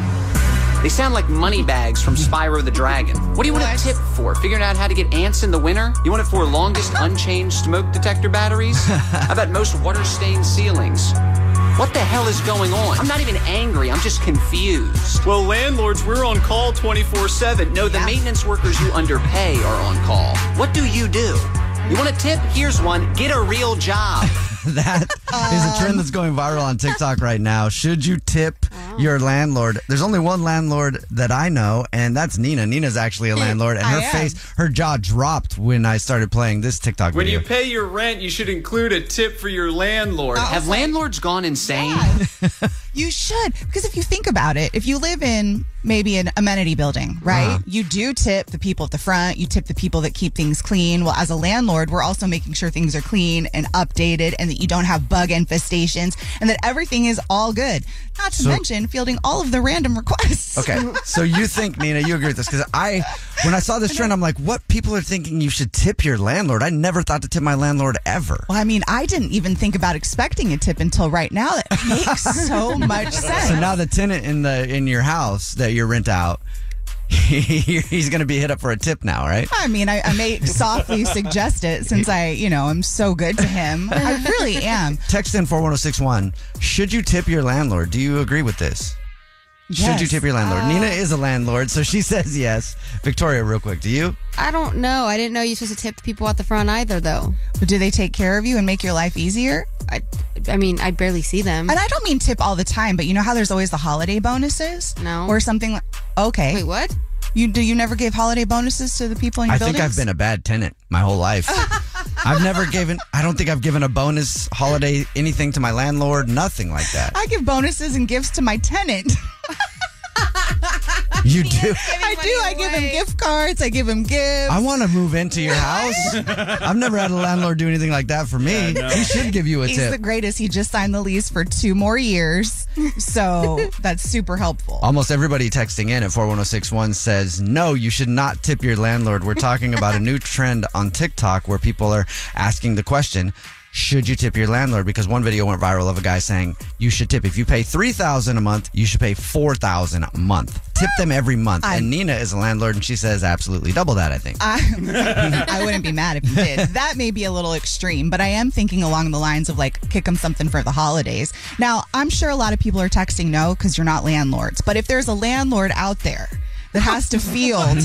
Speaker 17: They sound like money bags from Spyro the Dragon. What do you want a tip for? Figuring out how to get ants in the winter? You want it for longest unchanged smoke detector <laughs> batteries? I've had most water stained ceilings. What the hell is going on? I'm not even angry, I'm just confused. Well, landlords, we're on call 24 7. No, the maintenance workers you underpay are on call. What do you do? You want a tip? Here's one get a real job.
Speaker 2: <laughs> that is a trend that's going viral on TikTok right now. Should you tip your landlord? There's only one landlord that I know, and that's Nina. Nina's actually a landlord, and her
Speaker 17: <laughs> I am.
Speaker 2: face, her jaw dropped when I started playing this TikTok
Speaker 17: When
Speaker 2: video.
Speaker 17: you pay your rent, you should include a tip for your landlord. Have landlords gone insane?
Speaker 4: You should, because if you think about it, if you live in maybe an amenity building, right?
Speaker 2: Uh-huh.
Speaker 4: You do tip the people at the front, you tip the people that keep things clean. Well, as a landlord, we're also making sure things are clean and updated and that you don't have bug infestations and that everything is all good. Not to
Speaker 2: So-
Speaker 4: mention fielding all of the random requests. <laughs>
Speaker 2: Okay, so you think Nina, you agree with this? Because I, when I saw this trend, I'm like, what people are thinking? You should tip your landlord. I never thought to tip my landlord ever.
Speaker 4: Well, I mean, I didn't even think about expecting a tip until right now. That
Speaker 2: <laughs>
Speaker 4: makes so much sense.
Speaker 2: So now the tenant in the in your house that you rent out, <laughs> he's going to be hit up for a tip now, right?
Speaker 4: I mean, I, I may softly suggest it since I, you know, I'm so good to him. I really am.
Speaker 2: Text in 41061. Should you tip your landlord? Do you agree with this? Should you
Speaker 6: Yes.
Speaker 2: tip your landlord?
Speaker 6: Uh,
Speaker 2: Nina is a landlord, so she <laughs> says yes. Victoria, real quick, do you?
Speaker 6: I don't know. I didn't know you're supposed to tip the people at the front either, though.
Speaker 4: But do they take care of you and make your
Speaker 6: <laughs>
Speaker 4: life easier?
Speaker 6: I, I mean, I barely see them.
Speaker 4: And I don't mean tip all the time, but you know how there's always the holiday bonuses? No. Or something like Okay. Wait,
Speaker 6: what?
Speaker 4: You do you never give holiday bonuses to the people in your
Speaker 2: I
Speaker 4: building?
Speaker 2: think I've been a bad tenant my whole life. I've never given. I don't think I've given a bonus holiday anything to my landlord. Nothing like
Speaker 4: <laughs>
Speaker 2: that.
Speaker 4: I give bonuses and gifts to my tenant.
Speaker 2: You do.
Speaker 4: <laughs> I do. I give him gift cards. I give him gifts. <laughs>
Speaker 2: I want to move into your house. I've never had a landlord do anything like that for me. He should give you a
Speaker 4: He's
Speaker 2: tip.
Speaker 4: the greatest. He just signed the lease for two
Speaker 6: <laughs>
Speaker 4: more years. So that's super helpful.
Speaker 2: Almost everybody texting in at 41061 says, No, you should not tip your landlord. We're talking about a new trend on TikTok where people are asking the question, Should you tip your landlord? Because one video went viral of a guy saying, You should tip. If you pay 3000 a month, you should pay 4000 a month. Tip them every month.
Speaker 4: I-
Speaker 2: and Nina is a landlord and she says, Absolutely double that, I think.
Speaker 4: I, <laughs> I wouldn't be mad if you did. That may be a little extreme, but I am thinking along the lines of like kick them something for the holidays. Now, I'm sure a lot of people are texting no because you're not landlords, but if there's a landlord out there that has to field,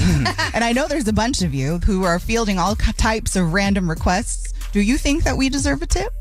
Speaker 4: and I know there's a bunch of you who are fielding all k- types of random requests, do you think that we deserve a tip?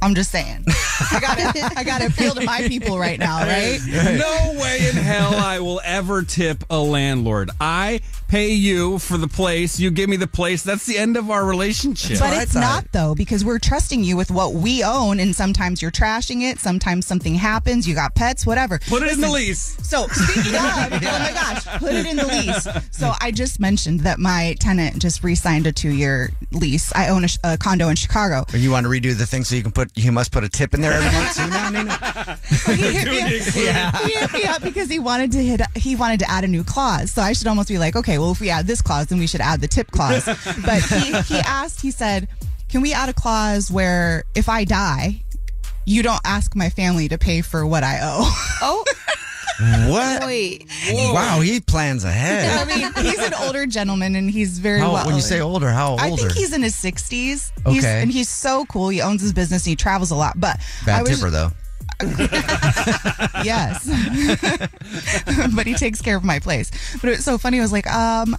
Speaker 4: I'm just saying. I gotta, I gotta appeal to my people right now, right?
Speaker 5: <laughs> No way in hell I will ever tip a landlord. I pay you for the place. You give me the place. That's the end of our relationship.
Speaker 4: But it's not though, because we're trusting you with what we own, and sometimes you're trashing it. Sometimes something happens. You got pets, whatever.
Speaker 5: Put it in the
Speaker 4: Listen,
Speaker 5: lease.
Speaker 4: So
Speaker 5: <laughs>
Speaker 4: speaking of, oh my gosh, put it in the lease. So I just mentioned that my tenant just re-signed a two-year lease. I own a, sh- a condo in Chicago.
Speaker 2: You want to redo the thing so you can put, you must put a tip in there every month. too now, Nina?
Speaker 4: He hit me up because he wanted to hit. He wanted to add a new clause. So I should almost be like, okay, well, if we add this clause, then we should add the tip clause. But he, he asked. He said, "Can we add a clause where if I die, you don't ask my family to pay for what I owe?"
Speaker 6: Oh,
Speaker 4: <laughs>
Speaker 2: What?
Speaker 6: Wait.
Speaker 2: Wow, he plans
Speaker 4: I
Speaker 2: ahead.
Speaker 4: mean, he's an older gentleman and he's very
Speaker 2: How-
Speaker 4: well.
Speaker 2: when you say older, how older?
Speaker 4: I think he's in his 60s. He's,
Speaker 2: Okay.
Speaker 4: and he's so cool. He owns his business and he travels a lot. But I
Speaker 2: Bad
Speaker 4: was,
Speaker 2: tipper, though.
Speaker 4: yes. <laughs> but he takes care of my place. But it was so funny. I was like, um,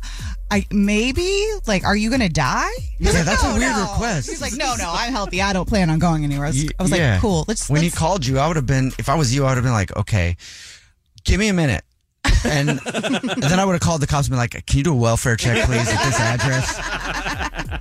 Speaker 4: I maybe like, are you gonna die? He's
Speaker 2: Yeah,
Speaker 4: like,
Speaker 2: that's a
Speaker 4: "No,
Speaker 2: weird
Speaker 4: no."
Speaker 2: request.
Speaker 4: He's like, no, no, I'm healthy. I don't plan on going anywhere. I was, I was
Speaker 2: Yeah.
Speaker 4: like, cool. Let's.
Speaker 2: When
Speaker 4: let's-
Speaker 2: he called you, I would have been. If I was you, I would have been like, okay, give me a minute, and,
Speaker 4: <laughs>
Speaker 2: and then I would have called the cops and been like, can you do a welfare check, please, at this address?
Speaker 4: <laughs>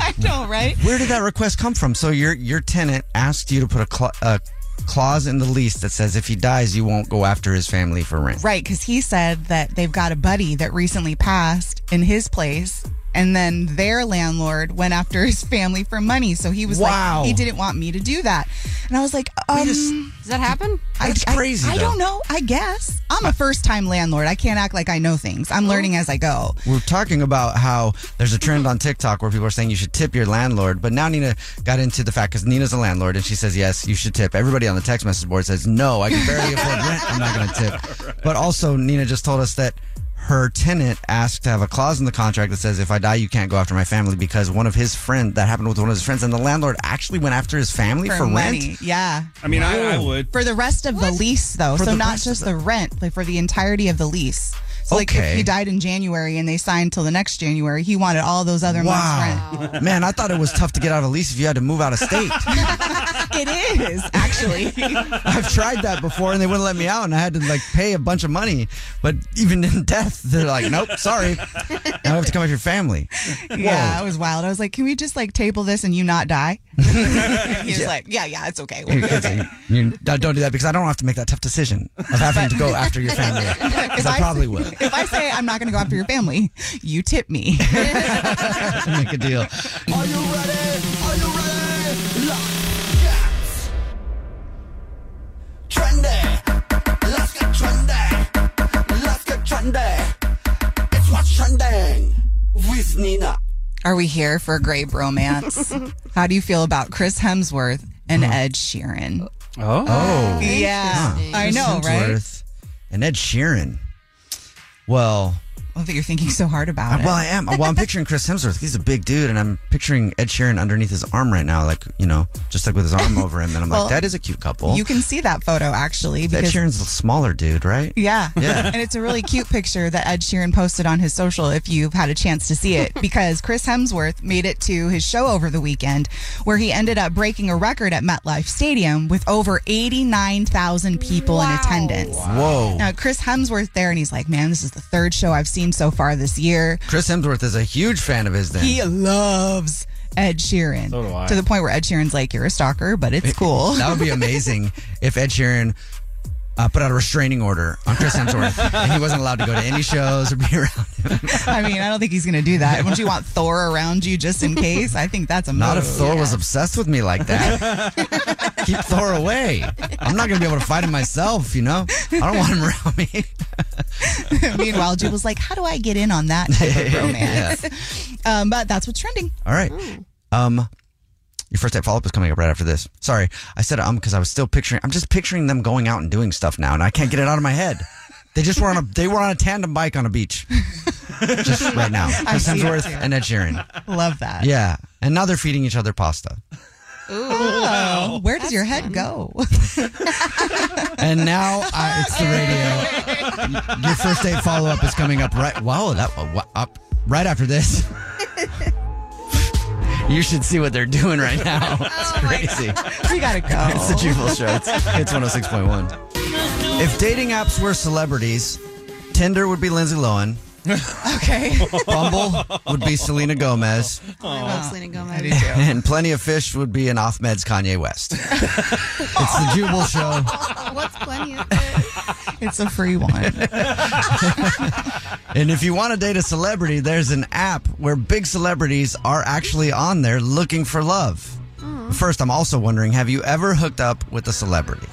Speaker 4: I know, right?
Speaker 2: Where did that request come from? So your your tenant asked you to put a, cla a clause in the lease that says if he dies, you won't go after his family for rent.
Speaker 4: Right, because he said that they've got a buddy that recently passed in his place, and then their landlord went after <laughs> his family for money. So he was
Speaker 6: Wow.
Speaker 4: like, he didn't want me to do that, and I was like, um,
Speaker 6: does that happen?
Speaker 4: That's I,
Speaker 2: crazy,
Speaker 4: I,
Speaker 2: though.
Speaker 4: don't know. I guess I'm a first-time landlord. I can't act like I know things. I'm learning as I go.
Speaker 2: We're talking about how there's a trend on TikTok where people are saying you should tip your landlord, but now Nina got into the fact because Nina's a landlord and she says yes, you should tip. Everybody on the text message board says no, I can barely afford rent, I'm not going to tip. But also Nina just told us that her tenant asked to have a clause in the contract that says if I die, you can't go after my family because one of his friend that happened with one of his friends and the landlord actually went after his family for,
Speaker 4: money,
Speaker 2: rent.
Speaker 4: yeah.
Speaker 5: I mean, I, I would.
Speaker 4: for the rest of the lease though
Speaker 2: For
Speaker 4: so
Speaker 2: the
Speaker 4: not
Speaker 2: rest of
Speaker 4: just the rent like for the entirety of the lease so like
Speaker 2: Okay.
Speaker 4: if he died in january and they signed till the next january he wanted all those other months
Speaker 2: Wow, <laughs> man! I thought it was tough to get out of a lease if you had to move out of state.
Speaker 4: rent it is
Speaker 2: <laughs>
Speaker 4: actually <laughs>
Speaker 2: I've tried that before and they wouldn't let me out and I had to like pay a bunch of money. But even in <laughs> death, they're like, nope, sorry. Now I have to come with your family.
Speaker 4: yeah it was wild i was like can we just like table this and you not die <laughs> he was
Speaker 2: Yeah.
Speaker 4: like yeah yeah it's okay
Speaker 2: Whoa. You- don't do that because I don't have to make that tough decision of having to go after your
Speaker 4: <laughs>
Speaker 2: family. Because
Speaker 4: If
Speaker 2: I
Speaker 4: I-
Speaker 2: probably will.
Speaker 4: <laughs>
Speaker 2: <laughs>
Speaker 4: if i say i'm not going to go after your family you tip me
Speaker 2: make a deal.
Speaker 10: Are you ready? Are you ready? Lock, yes. Trendy. Let's get trendy. Let's get trendy. It's what's trending with Nina.
Speaker 4: Are we here for a great bromance? How do you feel about Chris Hemsworth and
Speaker 2: Hmm.
Speaker 4: Ed Sheeran?
Speaker 2: Oh. Oh.
Speaker 4: yeah.
Speaker 2: Huh.
Speaker 4: I
Speaker 2: Chris
Speaker 4: know, right?
Speaker 2: Hemsworth And Ed Sheeran. Well,
Speaker 4: I love that you're thinking so hard about it.
Speaker 2: Uh, well, I am. <laughs> Well, I'm picturing Chris Hemsworth. He's a big dude, and I'm picturing Ed Sheeran underneath his arm right now, like you know, just like with his <laughs> arm over him. And I'm
Speaker 4: Well,
Speaker 2: like, that is a cute couple.
Speaker 4: You can see that photo actually
Speaker 2: Ed
Speaker 4: because
Speaker 2: Sheeran's a smaller dude, right?
Speaker 4: <laughs> yeah.
Speaker 2: Yeah.
Speaker 4: <laughs> And it's a really cute picture that Ed Sheeran posted on his social if you've had a chance to
Speaker 2: <laughs>
Speaker 4: see it because Chris Hemsworth made it to his show over the weekend where he ended up breaking a record at MetLife Stadium with over 89,000 people in attendance.
Speaker 2: Whoa.
Speaker 4: Now Chris Hemsworth there and he's like, "Man, this is the third show I've seen so far this year."
Speaker 2: Chris Hemsworth is a huge fan of his then.
Speaker 4: He loves Ed Sheeran.
Speaker 2: So do I.
Speaker 4: To the point where Ed Sheeran's like, you're a stalker, but
Speaker 2: <laughs>
Speaker 4: it's cool.
Speaker 2: that
Speaker 4: <laughs>
Speaker 2: would be amazing if Ed Sheeran uh, put out a restraining order on Chris Hemsworth and he wasn't allowed to go to any shows or be around.
Speaker 4: I mean, I don't think he's going to do that. Wouldn't you want Thor around you just in case? I think that's a
Speaker 2: Not if
Speaker 4: move.
Speaker 2: Thor was obsessed with me like that. Keep Thor away. I'm not going to be able to fight him myself, you know? I don't want him around me.
Speaker 4: <laughs> Meanwhile, Jubal's like, how do I get in on that
Speaker 2: <laughs>
Speaker 4: type of romance? um, but that's what's trending.
Speaker 2: All right. Um, your first date follow up is coming up right after this. Sorry, I said um because I was still picturing. I'm just picturing them going out and doing stuff now, and I can't get it out of my head. They just were on a they were on a tandem bike on a beach, just right now.
Speaker 4: <laughs> I
Speaker 2: Chris
Speaker 4: see it
Speaker 2: Hemsworth
Speaker 4: too.
Speaker 2: and Ed Sheeran.
Speaker 4: Love that.
Speaker 2: Yeah, and now they're feeding each other pasta.
Speaker 4: Oh, where does your head go?
Speaker 2: And now I, it's the radio. Your first date follow up is coming up right. Wow, that wow, up right after this. You should see what they're doing right now. It's crazy.
Speaker 4: <laughs> we gotta go.
Speaker 2: <laughs> It's the Jubal Show. It's, it's 106.1. If dating apps were celebrities, Tinder would be Lindsay Lohan.
Speaker 10: <laughs>
Speaker 4: okay.
Speaker 2: Bumble would be Selena Gomez.
Speaker 6: Oh, I love Selena Gomez.
Speaker 2: <laughs> And Plenty of Fish would be an Ahmed's Kanye
Speaker 6: <laughs>
Speaker 2: West. it's the Jubal Show.
Speaker 6: What's plenty of
Speaker 4: It's a free one.
Speaker 2: <laughs> And if you want to date a celebrity, there's an app where big celebrities are actually on there looking for love. First, I'm also wondering have you ever hooked up with a celebrity?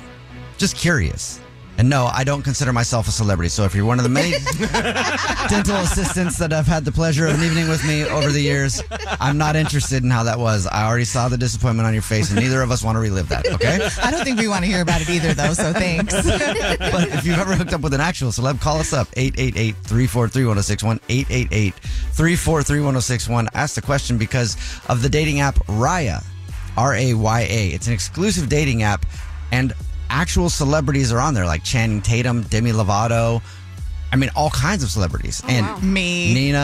Speaker 2: Just curious. And no, I don't consider myself a celebrity. So if you're one of the
Speaker 4: <laughs>
Speaker 2: many <laughs> dental assistants that have had the pleasure of an evening with me over the years, I'm not interested in how that was. I already saw the disappointment on your face, and neither of us want to relive that, okay?
Speaker 4: I don't think we want to hear about it either, though, so thanks.
Speaker 2: but if you've ever hooked up with an actual celeb, call us up 888 343 1061. 888 343 1061. Ask the question because of the dating app Raya. R A Y A. It's an exclusive dating app, and actual celebrities are on there like Channing Tatum, Demi Lovato. I mean, all kinds of celebrities. and
Speaker 4: Oh, Me.
Speaker 2: Nina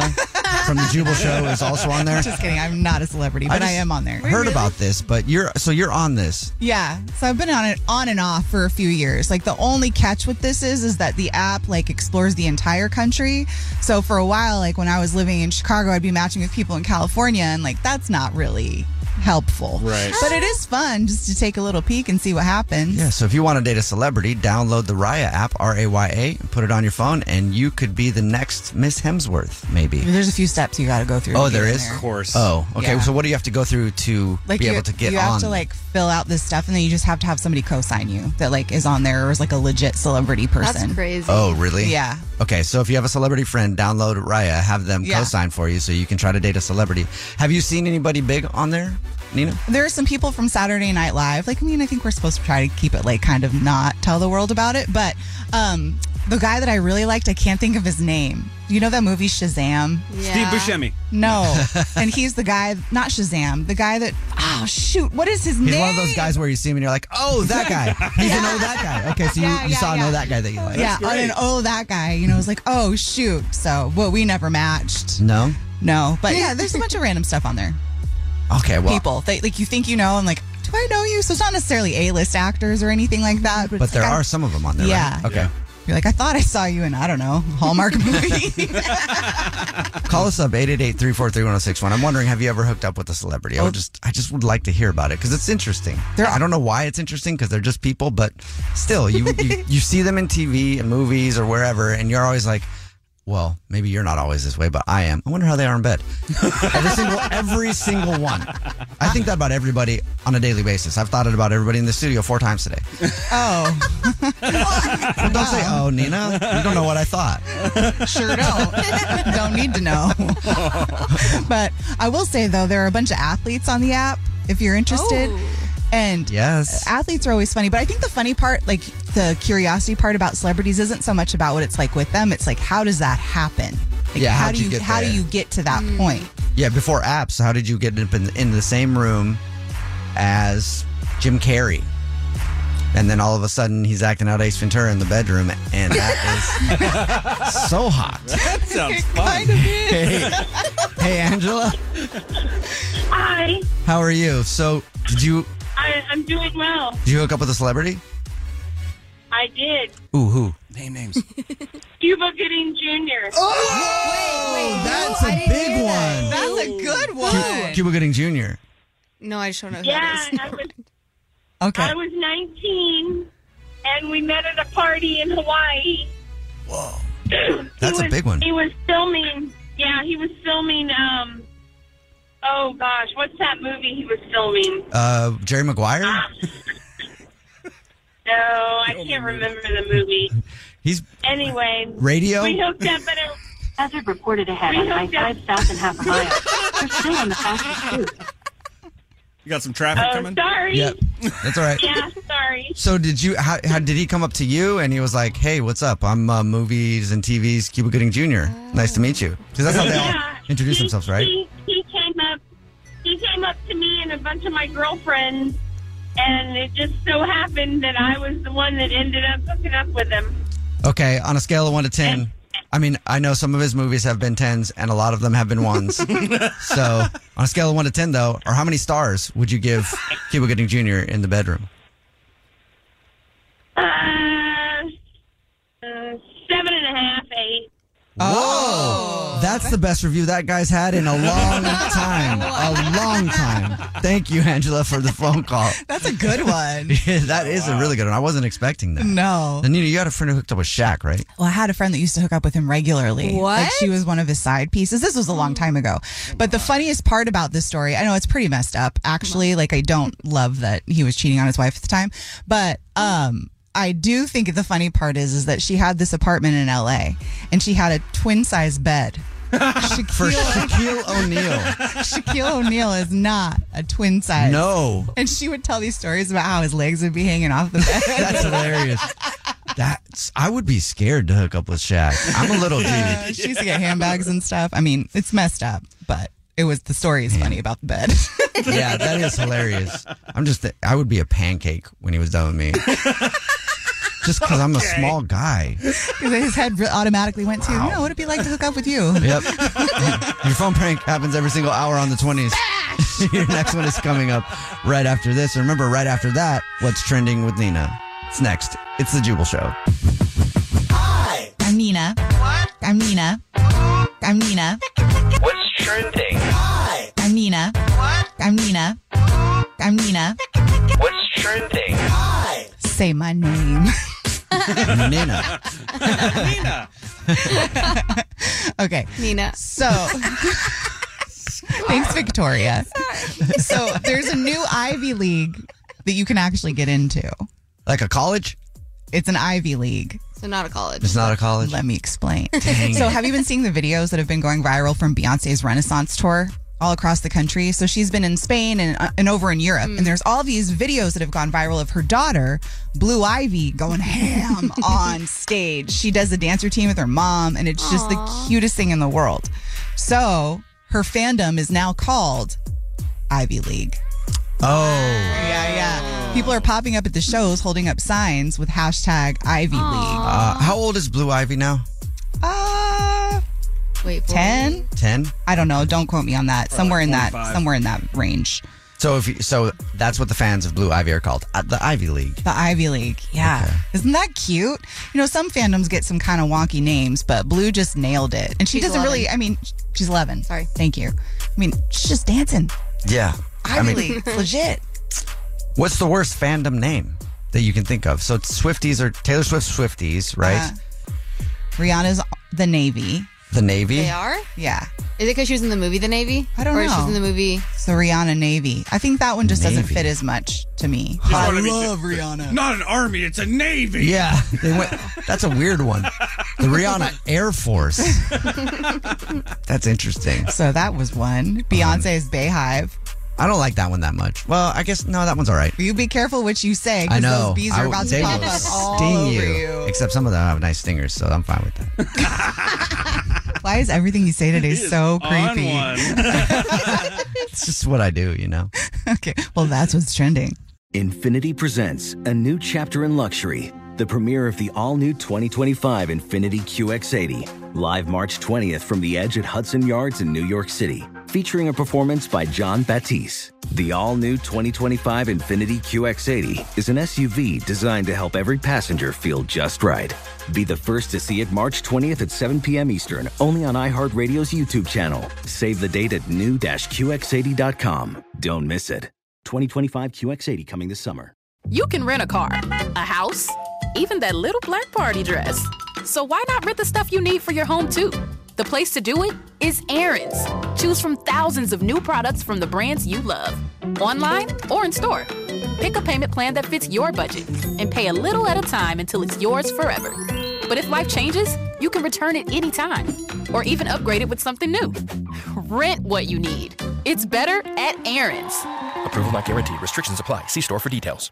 Speaker 2: from the Jubal Show is also on there.
Speaker 4: Just kidding. I'm not a celebrity,
Speaker 2: I
Speaker 4: but I,
Speaker 2: just
Speaker 4: am on there.
Speaker 2: Heard about this, but you're so you're on this.
Speaker 4: Yeah, so I've been on it on and off for a few years. Like the only catch with this is is that the app like explores the entire country. So for a while, like when I was living in Chicago, I'd be matching with people in California, and like that's not really helpful.
Speaker 2: Right.
Speaker 4: But it is fun just to take a little peek and see what happens.
Speaker 2: Yeah, so if you want to date a celebrity, download the Raya app, R A Y A, and put it on your phone, and you could be the next Miss Hemsworth, maybe.
Speaker 4: There's a few steps you got to go through.
Speaker 2: Oh,
Speaker 4: to get
Speaker 2: there
Speaker 4: in
Speaker 2: is?
Speaker 4: there.
Speaker 2: Oh, okay.
Speaker 4: Yeah.
Speaker 2: So, what do you have to go through to be
Speaker 4: you,
Speaker 2: able to get
Speaker 4: you
Speaker 2: on?
Speaker 4: have to like fill out this stuff, and then you just have to have somebody co-sign you that like is on there or is like a legit celebrity person.
Speaker 6: crazy.
Speaker 2: oh, really?
Speaker 4: Yeah.
Speaker 2: Okay, so if you have a celebrity friend, download Raya, have them
Speaker 4: Yeah.
Speaker 2: co sign for you so you can try to date a celebrity. Have you seen anybody big on there, Nina?
Speaker 4: There are some people from Saturday Night Live. Like, I mean, I think we're supposed to try to keep it like kind of not tell the world about it. But um, the guy that I really liked, I can't think of his name. You know that movie Shazam? <laughs>
Speaker 5: Steve Buscemi.
Speaker 4: No, and he's the guy, not Shazam, the guy that. Oh shoot, what is his
Speaker 2: He's
Speaker 4: name?
Speaker 2: one of those guys where you see him and you're like, oh, that guy.
Speaker 4: <laughs>
Speaker 2: He's an oh, that guy. Okay, so you,
Speaker 4: Yeah,
Speaker 2: you
Speaker 4: yeah,
Speaker 2: saw an
Speaker 4: yeah.
Speaker 2: oh, that guy that you like.
Speaker 4: yeah, on an oh that guy. You know, it was like oh shoot. So, well, we never matched.
Speaker 2: No?
Speaker 4: No, but yeah, there's a bunch of random stuff
Speaker 2: <laughs>
Speaker 4: on there.
Speaker 2: Okay, well.
Speaker 4: people that like you think you know, and like, do I know you? So it's not necessarily A-list actors or anything like that.
Speaker 2: But there are
Speaker 4: are some.
Speaker 2: some of them on there.
Speaker 4: Yeah.
Speaker 2: Right? Okay.
Speaker 4: You're like, I thought I saw you in, I don't know,
Speaker 2: <laughs>
Speaker 4: Hallmark movie.
Speaker 2: Call us up 888-343-1061. I'm wondering, have you ever hooked up with a celebrity? I would just, I just would like to hear about it because it's interesting. I don't know why it's interesting because they're just people, but still, you, <laughs> you you see them in TV and movies or wherever, and you're always like, well, maybe you're not always this way, but I am. I wonder how they are in <laughs> bed. every single, every single one. I think that about everybody on a daily basis. I've thought it about everybody in the studio four times today.
Speaker 4: oh.
Speaker 2: <laughs> Don't say, oh, Nina, you don't know what I thought.
Speaker 4: sure don't. don't need to know.
Speaker 2: <laughs>
Speaker 4: but I will say, though, there are a bunch of athletes on the app if you're interested.
Speaker 2: Oh.
Speaker 4: And
Speaker 2: Yes.
Speaker 4: athletes are always funny. But I think the funny part, like the curiosity part about celebrities, isn't so much about what it's like with them. It's like, how does that happen? Like,
Speaker 2: Yeah,
Speaker 4: how
Speaker 2: how'd
Speaker 4: do
Speaker 2: you
Speaker 4: you,
Speaker 2: get
Speaker 4: how do
Speaker 2: there?
Speaker 4: you get to that
Speaker 2: Mm.
Speaker 4: point?
Speaker 2: Yeah, before apps, how did you get up in, in the same room as Jim Carrey? And then all of a sudden, he's acting out Ace Ventura in the bedroom, and that is <laughs> so hot.
Speaker 10: That
Speaker 2: sounds fun. Hey, hey, Angela,
Speaker 9: Hi,
Speaker 2: how are you? So, did you
Speaker 9: I, I'm doing well.
Speaker 2: did you hook up with a celebrity?
Speaker 9: I did.
Speaker 2: Ooh, who?
Speaker 5: Name names.
Speaker 9: Cuba Gooding Jr.
Speaker 2: Oh,
Speaker 6: wait, wait,
Speaker 2: that's a big one.
Speaker 6: That's a good one.
Speaker 2: Cuba, Cuba Gooding Jr.
Speaker 6: No, I just don't know. Who
Speaker 9: Yeah,
Speaker 6: that is.
Speaker 9: I was,
Speaker 2: <laughs> Okay.
Speaker 9: I was 19, and we met at a party in Hawaii. Whoa,
Speaker 2: That's a big one.
Speaker 9: He was filming. Yeah, he was filming. Um, oh gosh, what's that movie he was filming?
Speaker 2: Uh, Jerry Maguire.
Speaker 9: No, I can't remember the movie.
Speaker 2: <laughs> He's
Speaker 9: Anyway,
Speaker 2: Radio?
Speaker 9: We hooked up at a. Hazard reported ahead
Speaker 18: on I-5
Speaker 9: south and half a <laughs> mile. still on the
Speaker 5: You got some traffic
Speaker 9: Oh,
Speaker 5: coming?
Speaker 9: sorry.
Speaker 2: Yep, that's all right.
Speaker 9: Yeah, sorry.
Speaker 2: So did you? How, how did he come up to you and he was like, "Hey, what's up? I'm uh, movies and TV's Cuba Gooding Jr. Nice to meet you." Because that's how they
Speaker 9: Yeah.
Speaker 2: all introduce themselves, right?
Speaker 9: He, he came up. He came up to me and a bunch of my girlfriends, and it just so happened that I was the one that ended up hooking up with him.
Speaker 2: Okay, on a scale of one to ten, I mean, I know some of his movies have been tens, and a lot of them have been ones. so, on a scale of one to ten, though, or how many stars would you give Cuba Gooding Jr. in the bedroom?
Speaker 9: Uh, uh, seven and a half, eight.
Speaker 4: Oh.
Speaker 2: Whoa! That's the best review that guy's had in a
Speaker 4: <laughs>
Speaker 2: long time. A long time. Thank you, Angela, for the phone call.
Speaker 4: That's a good one.
Speaker 2: <laughs> Yeah, that is a really good one. I wasn't expecting that.
Speaker 4: No.
Speaker 2: Anita, you had a friend who hooked up with Shaq, right?
Speaker 4: Well, I had a friend that used to hook up with him regularly.
Speaker 2: What?
Speaker 4: Like she was one of his side pieces. This was a long time ago. But the funniest part about this story, I know it's pretty messed up,
Speaker 2: Uh-huh.
Speaker 4: actually. Like I don't love that he was cheating on his wife at the time. But um I do think the funny part is is that she had this apartment in LA and she had a twin size bed.
Speaker 2: <laughs>
Speaker 4: Shaquille,
Speaker 2: For Shaquille O'Neal.
Speaker 3: <laughs>
Speaker 4: Shaquille O'Neal is not a twin size.
Speaker 2: No.
Speaker 4: And she would tell these stories about how his legs would be hanging off the bed.
Speaker 2: That's hilarious. That's I would be scared to hook up with Shaq. I'm a little
Speaker 4: Yeah,
Speaker 2: dude.
Speaker 4: she used to get handbags and stuff. I mean, it's messed up, but it was the story is funny about the bed.
Speaker 2: Yeah, that is hilarious. I'm just I would be a pancake when he was done with me. <laughs> Just because I'm a
Speaker 4: Okay.
Speaker 2: small guy.
Speaker 4: 'Cause his head re- automatically went to,
Speaker 2: Wow.
Speaker 4: no, what would it be like to hook up with you?
Speaker 2: Yep. <laughs> Your phone prank happens every single hour on the 20s. <laughs> Your next one is coming up right after this. And Remember, right after that, what's trending with Nina? It's next. It's the Jubal Show.
Speaker 4: <laughs> I'm Nina. What? I'm Nina. I'm Nina.
Speaker 10: What's trending?
Speaker 4: I'm Nina. What? I'm Nina. I'm Nina.
Speaker 10: What's trending?
Speaker 4: Say my name. <laughs>
Speaker 2: Nina.
Speaker 10: Nina.
Speaker 4: okay.
Speaker 6: Nina.
Speaker 4: So, thanks, Victoria. so, there's a new Ivy League that you can actually get into.
Speaker 2: Like a college?
Speaker 4: It's an Ivy League.
Speaker 6: So not a
Speaker 2: <laughs>
Speaker 6: college.
Speaker 2: It's not a college.
Speaker 4: Let me explain.
Speaker 2: <laughs> Dang
Speaker 4: so,
Speaker 2: it.
Speaker 4: have you been seeing the videos that have been going viral from Beyonce's Renaissance tour? All across the country. So she's been in Spain and, uh, and over in Europe. And there's all these videos that have gone viral of her daughter, Blue Ivy, going ham on stage. She does the dancer routine with her mom, and it's just the cutest thing in the world. So her fandom is now called Ivy League.
Speaker 2: Oh.
Speaker 4: Yeah, yeah. People are popping up at the shows holding up signs with hashtag Ivy League.
Speaker 2: Uh, how old is Blue Ivy now?
Speaker 4: Uh,
Speaker 6: Wait,
Speaker 4: 10?
Speaker 2: 10?
Speaker 4: I don't know. Don't quote me on that. somewhere in that
Speaker 2: 25.
Speaker 4: somewhere in that range.
Speaker 2: So if you, so that's what the fans of Blue Ivy are called. Uh, the Ivy League.
Speaker 4: The Ivy League. Yeah. Isn't that cute? You know, some fandoms get some kind of wonky names, but Blue just nailed it. And she
Speaker 6: She's
Speaker 4: doesn't
Speaker 6: 11.
Speaker 4: really I mean, she's 11. Sorry. Thank you. I mean, she's just dancing.
Speaker 2: Yeah.
Speaker 4: Ivy
Speaker 6: <laughs>
Speaker 4: League. It's legit.
Speaker 2: What's the worst fandom name that you can think of? So Swifties are Taylor Swift Swifties, right?
Speaker 4: Uh, Rihanna's the Navy.
Speaker 2: the Navy.
Speaker 6: They are?
Speaker 4: Yeah.
Speaker 6: Is it because she was in the movie The Navy? I
Speaker 4: don't
Speaker 6: or Or
Speaker 4: know.
Speaker 6: she's in the movie.
Speaker 4: So Rihanna Navy. I think that one just doesn't
Speaker 2: Navy.
Speaker 4: fit as much to me.
Speaker 5: I
Speaker 4: love Rihanna.
Speaker 5: Not an army, it's a navy. <laughs>
Speaker 2: Yeah, they went. That's a weird one. The Rihanna Air Force. <laughs> That's interesting. Um,
Speaker 4: So that was one. Beyonce's Bayhive.
Speaker 2: I don't like that one that much. Well, I guess no, that one's all right.
Speaker 4: You be careful what you say
Speaker 2: I
Speaker 4: because
Speaker 2: know.
Speaker 4: those bees
Speaker 2: I
Speaker 4: are
Speaker 2: w-
Speaker 4: about
Speaker 2: they
Speaker 4: to pop
Speaker 2: will
Speaker 4: up all
Speaker 2: sting
Speaker 4: over
Speaker 2: you.
Speaker 4: you.
Speaker 2: Except some of them have nice stingers, so I'm fine with that.
Speaker 4: Why is everything you say today so creepy?
Speaker 2: it's just what I do, you know.
Speaker 4: <laughs>
Speaker 2: <laughs>
Speaker 4: okay. Well, that's what's trending.
Speaker 19: Infinity presents a new chapter in luxury, the premiere of the all new 2025 Infinity QX80, live March 20th from the edge at Hudson Yards in New York City, featuring a performance by John Batisse. The all new 2025 Infinity QX80 is an SUV designed to help every passenger feel just right. Be the first to see it March 20th at 7 p.m. Eastern, only on iHeartRadio's YouTube channel. Save the date at new-QX80.com. Don't miss it. 2025 QX80 coming this summer.
Speaker 20: You can rent a car, a house, even that little black party dress. So why not rent the stuff you need for your home too? The place to do it is Aaron's. Choose from thousands of new products from the brands you love, online or in store. Pick a payment plan that fits your budget and pay a little at a time until it's yours forever. But if life changes, you can return it anytime or even upgrade it with something new. <laughs> Rent what you need. It's better at Aaron's.
Speaker 21: Approval not guaranteed. Restrictions apply. See store for details.